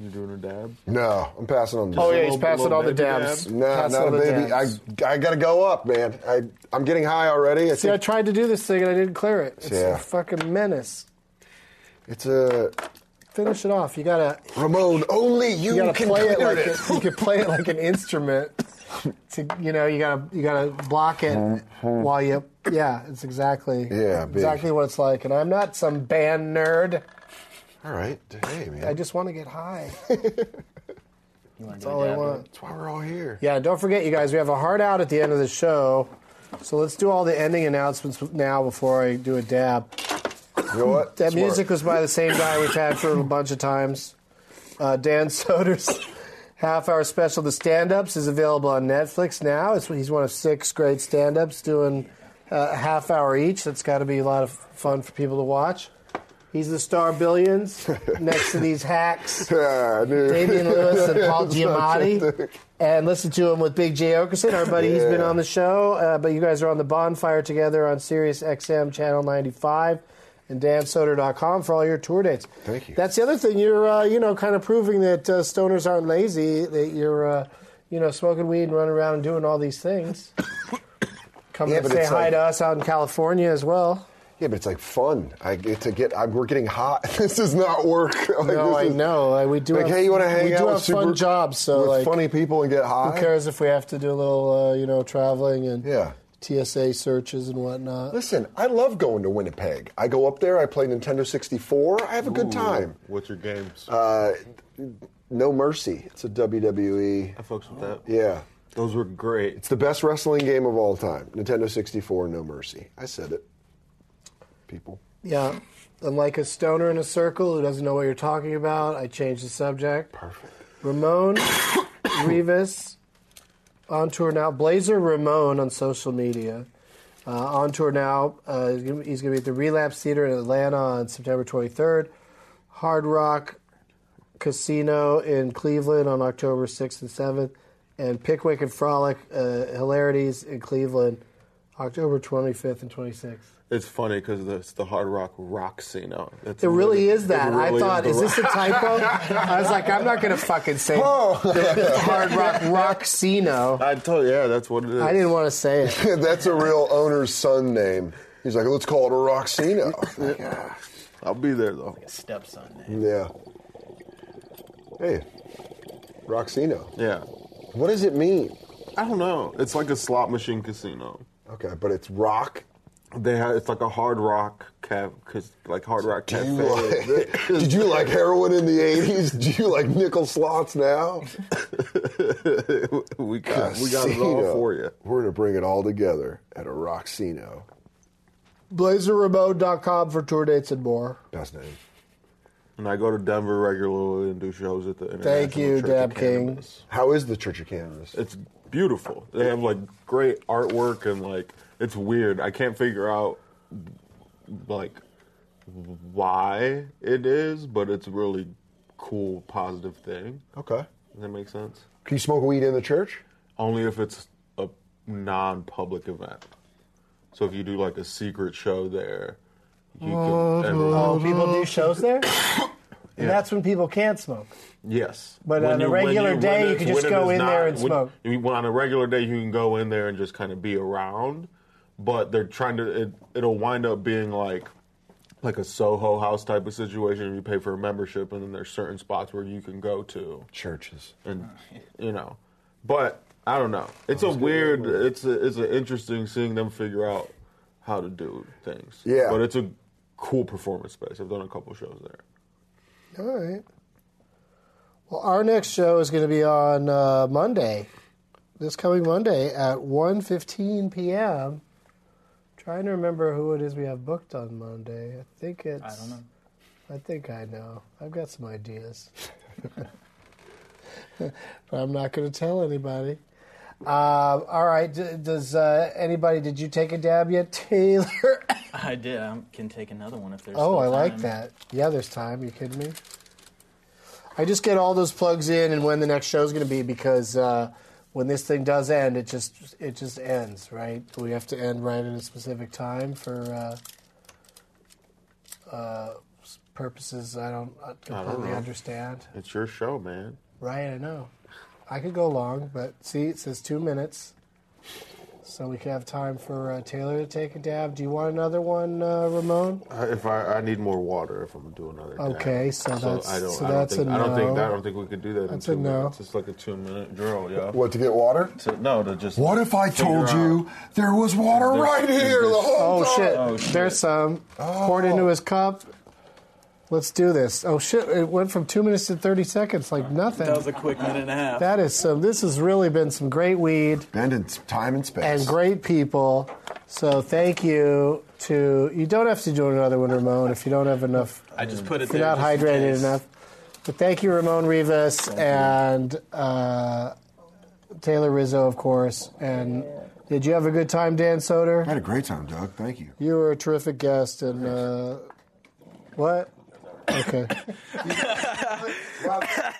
Speaker 2: You doing a dab?
Speaker 3: No, I'm passing
Speaker 1: Oh
Speaker 3: on. this.
Speaker 1: yeah,
Speaker 2: little-
Speaker 1: he's passing
Speaker 2: little
Speaker 1: all the
Speaker 2: baby
Speaker 1: dabs.
Speaker 2: dab?
Speaker 3: No,
Speaker 1: Passing all
Speaker 3: not a
Speaker 1: the
Speaker 3: baby. I,
Speaker 1: dabs.
Speaker 3: I gotta go up, man. I I'm getting high already. I
Speaker 1: See, I
Speaker 3: think
Speaker 1: tried to do this thing and I didn't clear it. It's
Speaker 3: Yeah.
Speaker 1: a fucking menace.
Speaker 3: it's a
Speaker 1: Finish it off. You gotta,
Speaker 3: Ramon. Only you,
Speaker 1: you gotta
Speaker 3: can
Speaker 1: play it
Speaker 3: clear
Speaker 1: like
Speaker 3: it.
Speaker 1: a, you can play it like an instrument. To you know, you gotta you gotta block it while you. Yeah, it's exactly
Speaker 3: Hmm, Yeah, big.
Speaker 1: exactly what it's like. And I'm not some band nerd.
Speaker 3: All right, hey man.
Speaker 1: I just want to get high.
Speaker 10: That's
Speaker 1: all I want.
Speaker 3: That's why we're all here.
Speaker 1: Yeah, don't forget, you guys, we have a hard out at the end of the show. So let's do all the ending announcements now before I do a dab.
Speaker 3: You know what?
Speaker 1: That
Speaker 3: Smart.
Speaker 1: music was by the same guy we've had for a bunch of times. Uh, Dan Soder's half hour special, The Stand Ups, is available on Netflix now. It's, he's one of six great stand ups doing uh, a half hour each. That's got to be a lot of fun for people to watch. He's the star billions next to these hacks.
Speaker 3: Yeah, I knew.
Speaker 1: Damian Lewis and Paul
Speaker 3: That's not
Speaker 1: Giamatti.
Speaker 3: something.
Speaker 1: And listen to him with Big J. Okerson, our buddy. He's been
Speaker 3: Yeah.
Speaker 1: on the show, uh, but you guys are on the bonfire together on Sirius XM Channel 95 and dansoder.com for all your tour dates.
Speaker 3: Thank you.
Speaker 1: That's the other thing. You're, uh, you know, kind of proving that uh, stoners aren't lazy, that you're, uh, you know, smoking weed and running around and doing all these things. Come
Speaker 3: Yeah,
Speaker 1: and
Speaker 3: but
Speaker 1: say
Speaker 3: it's
Speaker 1: hi
Speaker 3: like-
Speaker 1: to us out in California as well.
Speaker 3: Yeah, but it's like fun. I get to get. I, we're getting hot. this does not work. Like,
Speaker 1: No,
Speaker 3: this
Speaker 1: I
Speaker 3: is-
Speaker 1: know. I- We do
Speaker 3: Like,
Speaker 1: have,
Speaker 3: hey, you want to
Speaker 1: we
Speaker 3: hang
Speaker 1: do
Speaker 3: out
Speaker 1: have
Speaker 3: with super,
Speaker 1: fun jobs, so
Speaker 3: with
Speaker 1: like
Speaker 3: funny people and get high?
Speaker 1: Who cares if we have to do a little, uh, you know, traveling and
Speaker 3: Yeah.
Speaker 1: TSA searches and whatnot.
Speaker 3: Listen, I love going to Winnipeg. I go up there. I play Nintendo 64. I have a good time.
Speaker 2: What's your games?
Speaker 3: Uh, no Mercy. It's a WWE.
Speaker 2: I fucks with that.
Speaker 3: Yeah.
Speaker 2: Those were great.
Speaker 3: It's the best wrestling game of all time. Nintendo 64, No Mercy. I said it. People.
Speaker 1: Yeah. And like a stoner in a circle who doesn't know what you're talking about, I change the subject. Perfect. Ramon Rivas on tour now. Blazer Ramon on social media. Uh, on tour now. Uh, he's going to be at the Relapse Theater in Atlanta on September 23rd. Hard Rock Casino in Cleveland on October 6th and 7th. And Pickwick and Frolic uh, Hilarities in Cleveland October 25th and 26th.
Speaker 2: It's funny because it's the Hard Rock Roxino. That's
Speaker 1: It really
Speaker 2: literally-
Speaker 1: is that.
Speaker 2: it really
Speaker 1: I thought,
Speaker 2: the
Speaker 1: is this a
Speaker 2: rock-
Speaker 1: typo? I was like, I'm not going to fucking say the, the Hard Rock Roxino.
Speaker 2: I told you, yeah, that's what it is.
Speaker 1: I didn't want to say it.
Speaker 3: That's a real owner's son name. He's like, let's call it a Oh, Roxino.
Speaker 2: I'll be there though.
Speaker 10: Stepson.
Speaker 3: yeah. Hey, Roxino.
Speaker 2: Yeah,
Speaker 3: What does it mean?
Speaker 2: I don't know. It's like a slot machine casino.
Speaker 3: Okay, but it's rock.
Speaker 2: They have it's like a Hard Rock cab, cause like Hard Rock
Speaker 3: Do
Speaker 2: cafe.
Speaker 3: you like- did you like heroin in the 80s? Do you like nickel slots now?
Speaker 2: we got we got it all
Speaker 3: Casino.
Speaker 2: for you.
Speaker 3: We're going to bring it all together at a Roxino.
Speaker 1: BlazerRemote.com for tour dates and more.
Speaker 3: That's name.
Speaker 2: And I go to Denver regularly and do shows at the International
Speaker 1: Thank you,
Speaker 2: Church of
Speaker 1: Dab King.
Speaker 2: Cannabis.
Speaker 3: How is the Church of Cannabis?
Speaker 2: It's beautiful. They have like great artwork and like it's weird. I can't figure out like why it is, but it's a really cool, positive thing.
Speaker 3: Okay.
Speaker 2: Does that make sense?
Speaker 3: Can you smoke weed in the church?
Speaker 2: Only if it's a non-public event. So if you do like a secret show there, you can.
Speaker 1: Oh,
Speaker 2: everyone-
Speaker 1: people do shows there? And that's when people can't smoke.
Speaker 2: Yes.
Speaker 1: But on a
Speaker 2: you- when
Speaker 1: regular
Speaker 2: when
Speaker 1: day, you
Speaker 2: it's-
Speaker 1: could just
Speaker 2: when it
Speaker 1: go
Speaker 2: is
Speaker 1: in there and
Speaker 2: when-
Speaker 1: smoke.
Speaker 2: you- when on a regular day, you can go in there and just kind of be around. But they're trying to. It, it'll wind up being like like a Soho House type of situation. You pay for a membership, and then there's certain spots where you can go to,
Speaker 3: Churches.
Speaker 2: and you know. But I don't know.
Speaker 1: Oh,
Speaker 2: It's a weird. It's a, it's an interesting seeing them figure out how to do things.
Speaker 3: Yeah.
Speaker 2: But it's a cool performance space. I've done a couple shows there.
Speaker 1: All right. Well, our next show is going to be on uh, Monday, this coming Monday at 1.15 p.m. Trying to remember who it is we have booked on Monday. I think it's. I don't know. I think I know. I've got some ideas. but I'm not going to tell anybody. Um, all right. D- does uh, anybody, did you take a dab yet, Taylor?
Speaker 10: I did. I can take another one if there's.
Speaker 1: Oh,
Speaker 10: still
Speaker 1: I like
Speaker 10: time.
Speaker 1: that. Yeah, there's time. You kidding me? I just get all those plugs in and when the next show's going to be because uh, when this thing does end, it just it just ends, right? We have to end right at a specific time for uh, uh, s- purposes I don't uh, completely
Speaker 2: know.
Speaker 1: understand.
Speaker 2: It's your show, man.
Speaker 1: Right, I know. I could go long, but see, it says two minutes. So we could have time for uh, Taylor to take a dab. Do you want another one, uh, Ramon?
Speaker 2: I- If I, I need more water if I'm gonna do another. dab.
Speaker 1: Okay, so that's- so
Speaker 2: I don't
Speaker 1: that's a
Speaker 2: think, I don't think
Speaker 1: no.
Speaker 2: I don't think we could do that.
Speaker 1: That's
Speaker 2: in
Speaker 1: a
Speaker 2: two
Speaker 1: no.
Speaker 2: Minutes. It's like a two minute drill, yeah.
Speaker 3: What, to get water?
Speaker 2: To, no, to just.
Speaker 3: What if I
Speaker 2: figure
Speaker 3: told
Speaker 2: out-
Speaker 3: you there was water
Speaker 2: There's-
Speaker 3: right here the
Speaker 2: there's-
Speaker 3: whole
Speaker 1: Oh
Speaker 3: time?
Speaker 1: shit. Oh. There's some poured into his cup. Let's do this. Oh shit! It went from two minutes to thirty seconds, like nothing.
Speaker 10: That was a quick minute and a half.
Speaker 1: That is some. This has really been some great weed
Speaker 3: And in time and space.
Speaker 1: and great people. So thank you to. You don't have to do another one, Ramon, if you don't have enough.
Speaker 10: I just put
Speaker 1: If
Speaker 10: it
Speaker 1: you're not
Speaker 10: there just in
Speaker 1: hydrated
Speaker 10: case.
Speaker 1: enough. But thank you, Ramon Rivas and uh, Taylor Rizzo, of course. And did you have a good time, Dan Soder?
Speaker 3: I had a great time, Doug. Thank you.
Speaker 1: You were a terrific guest, and uh, what? Okay.
Speaker 3: Wow.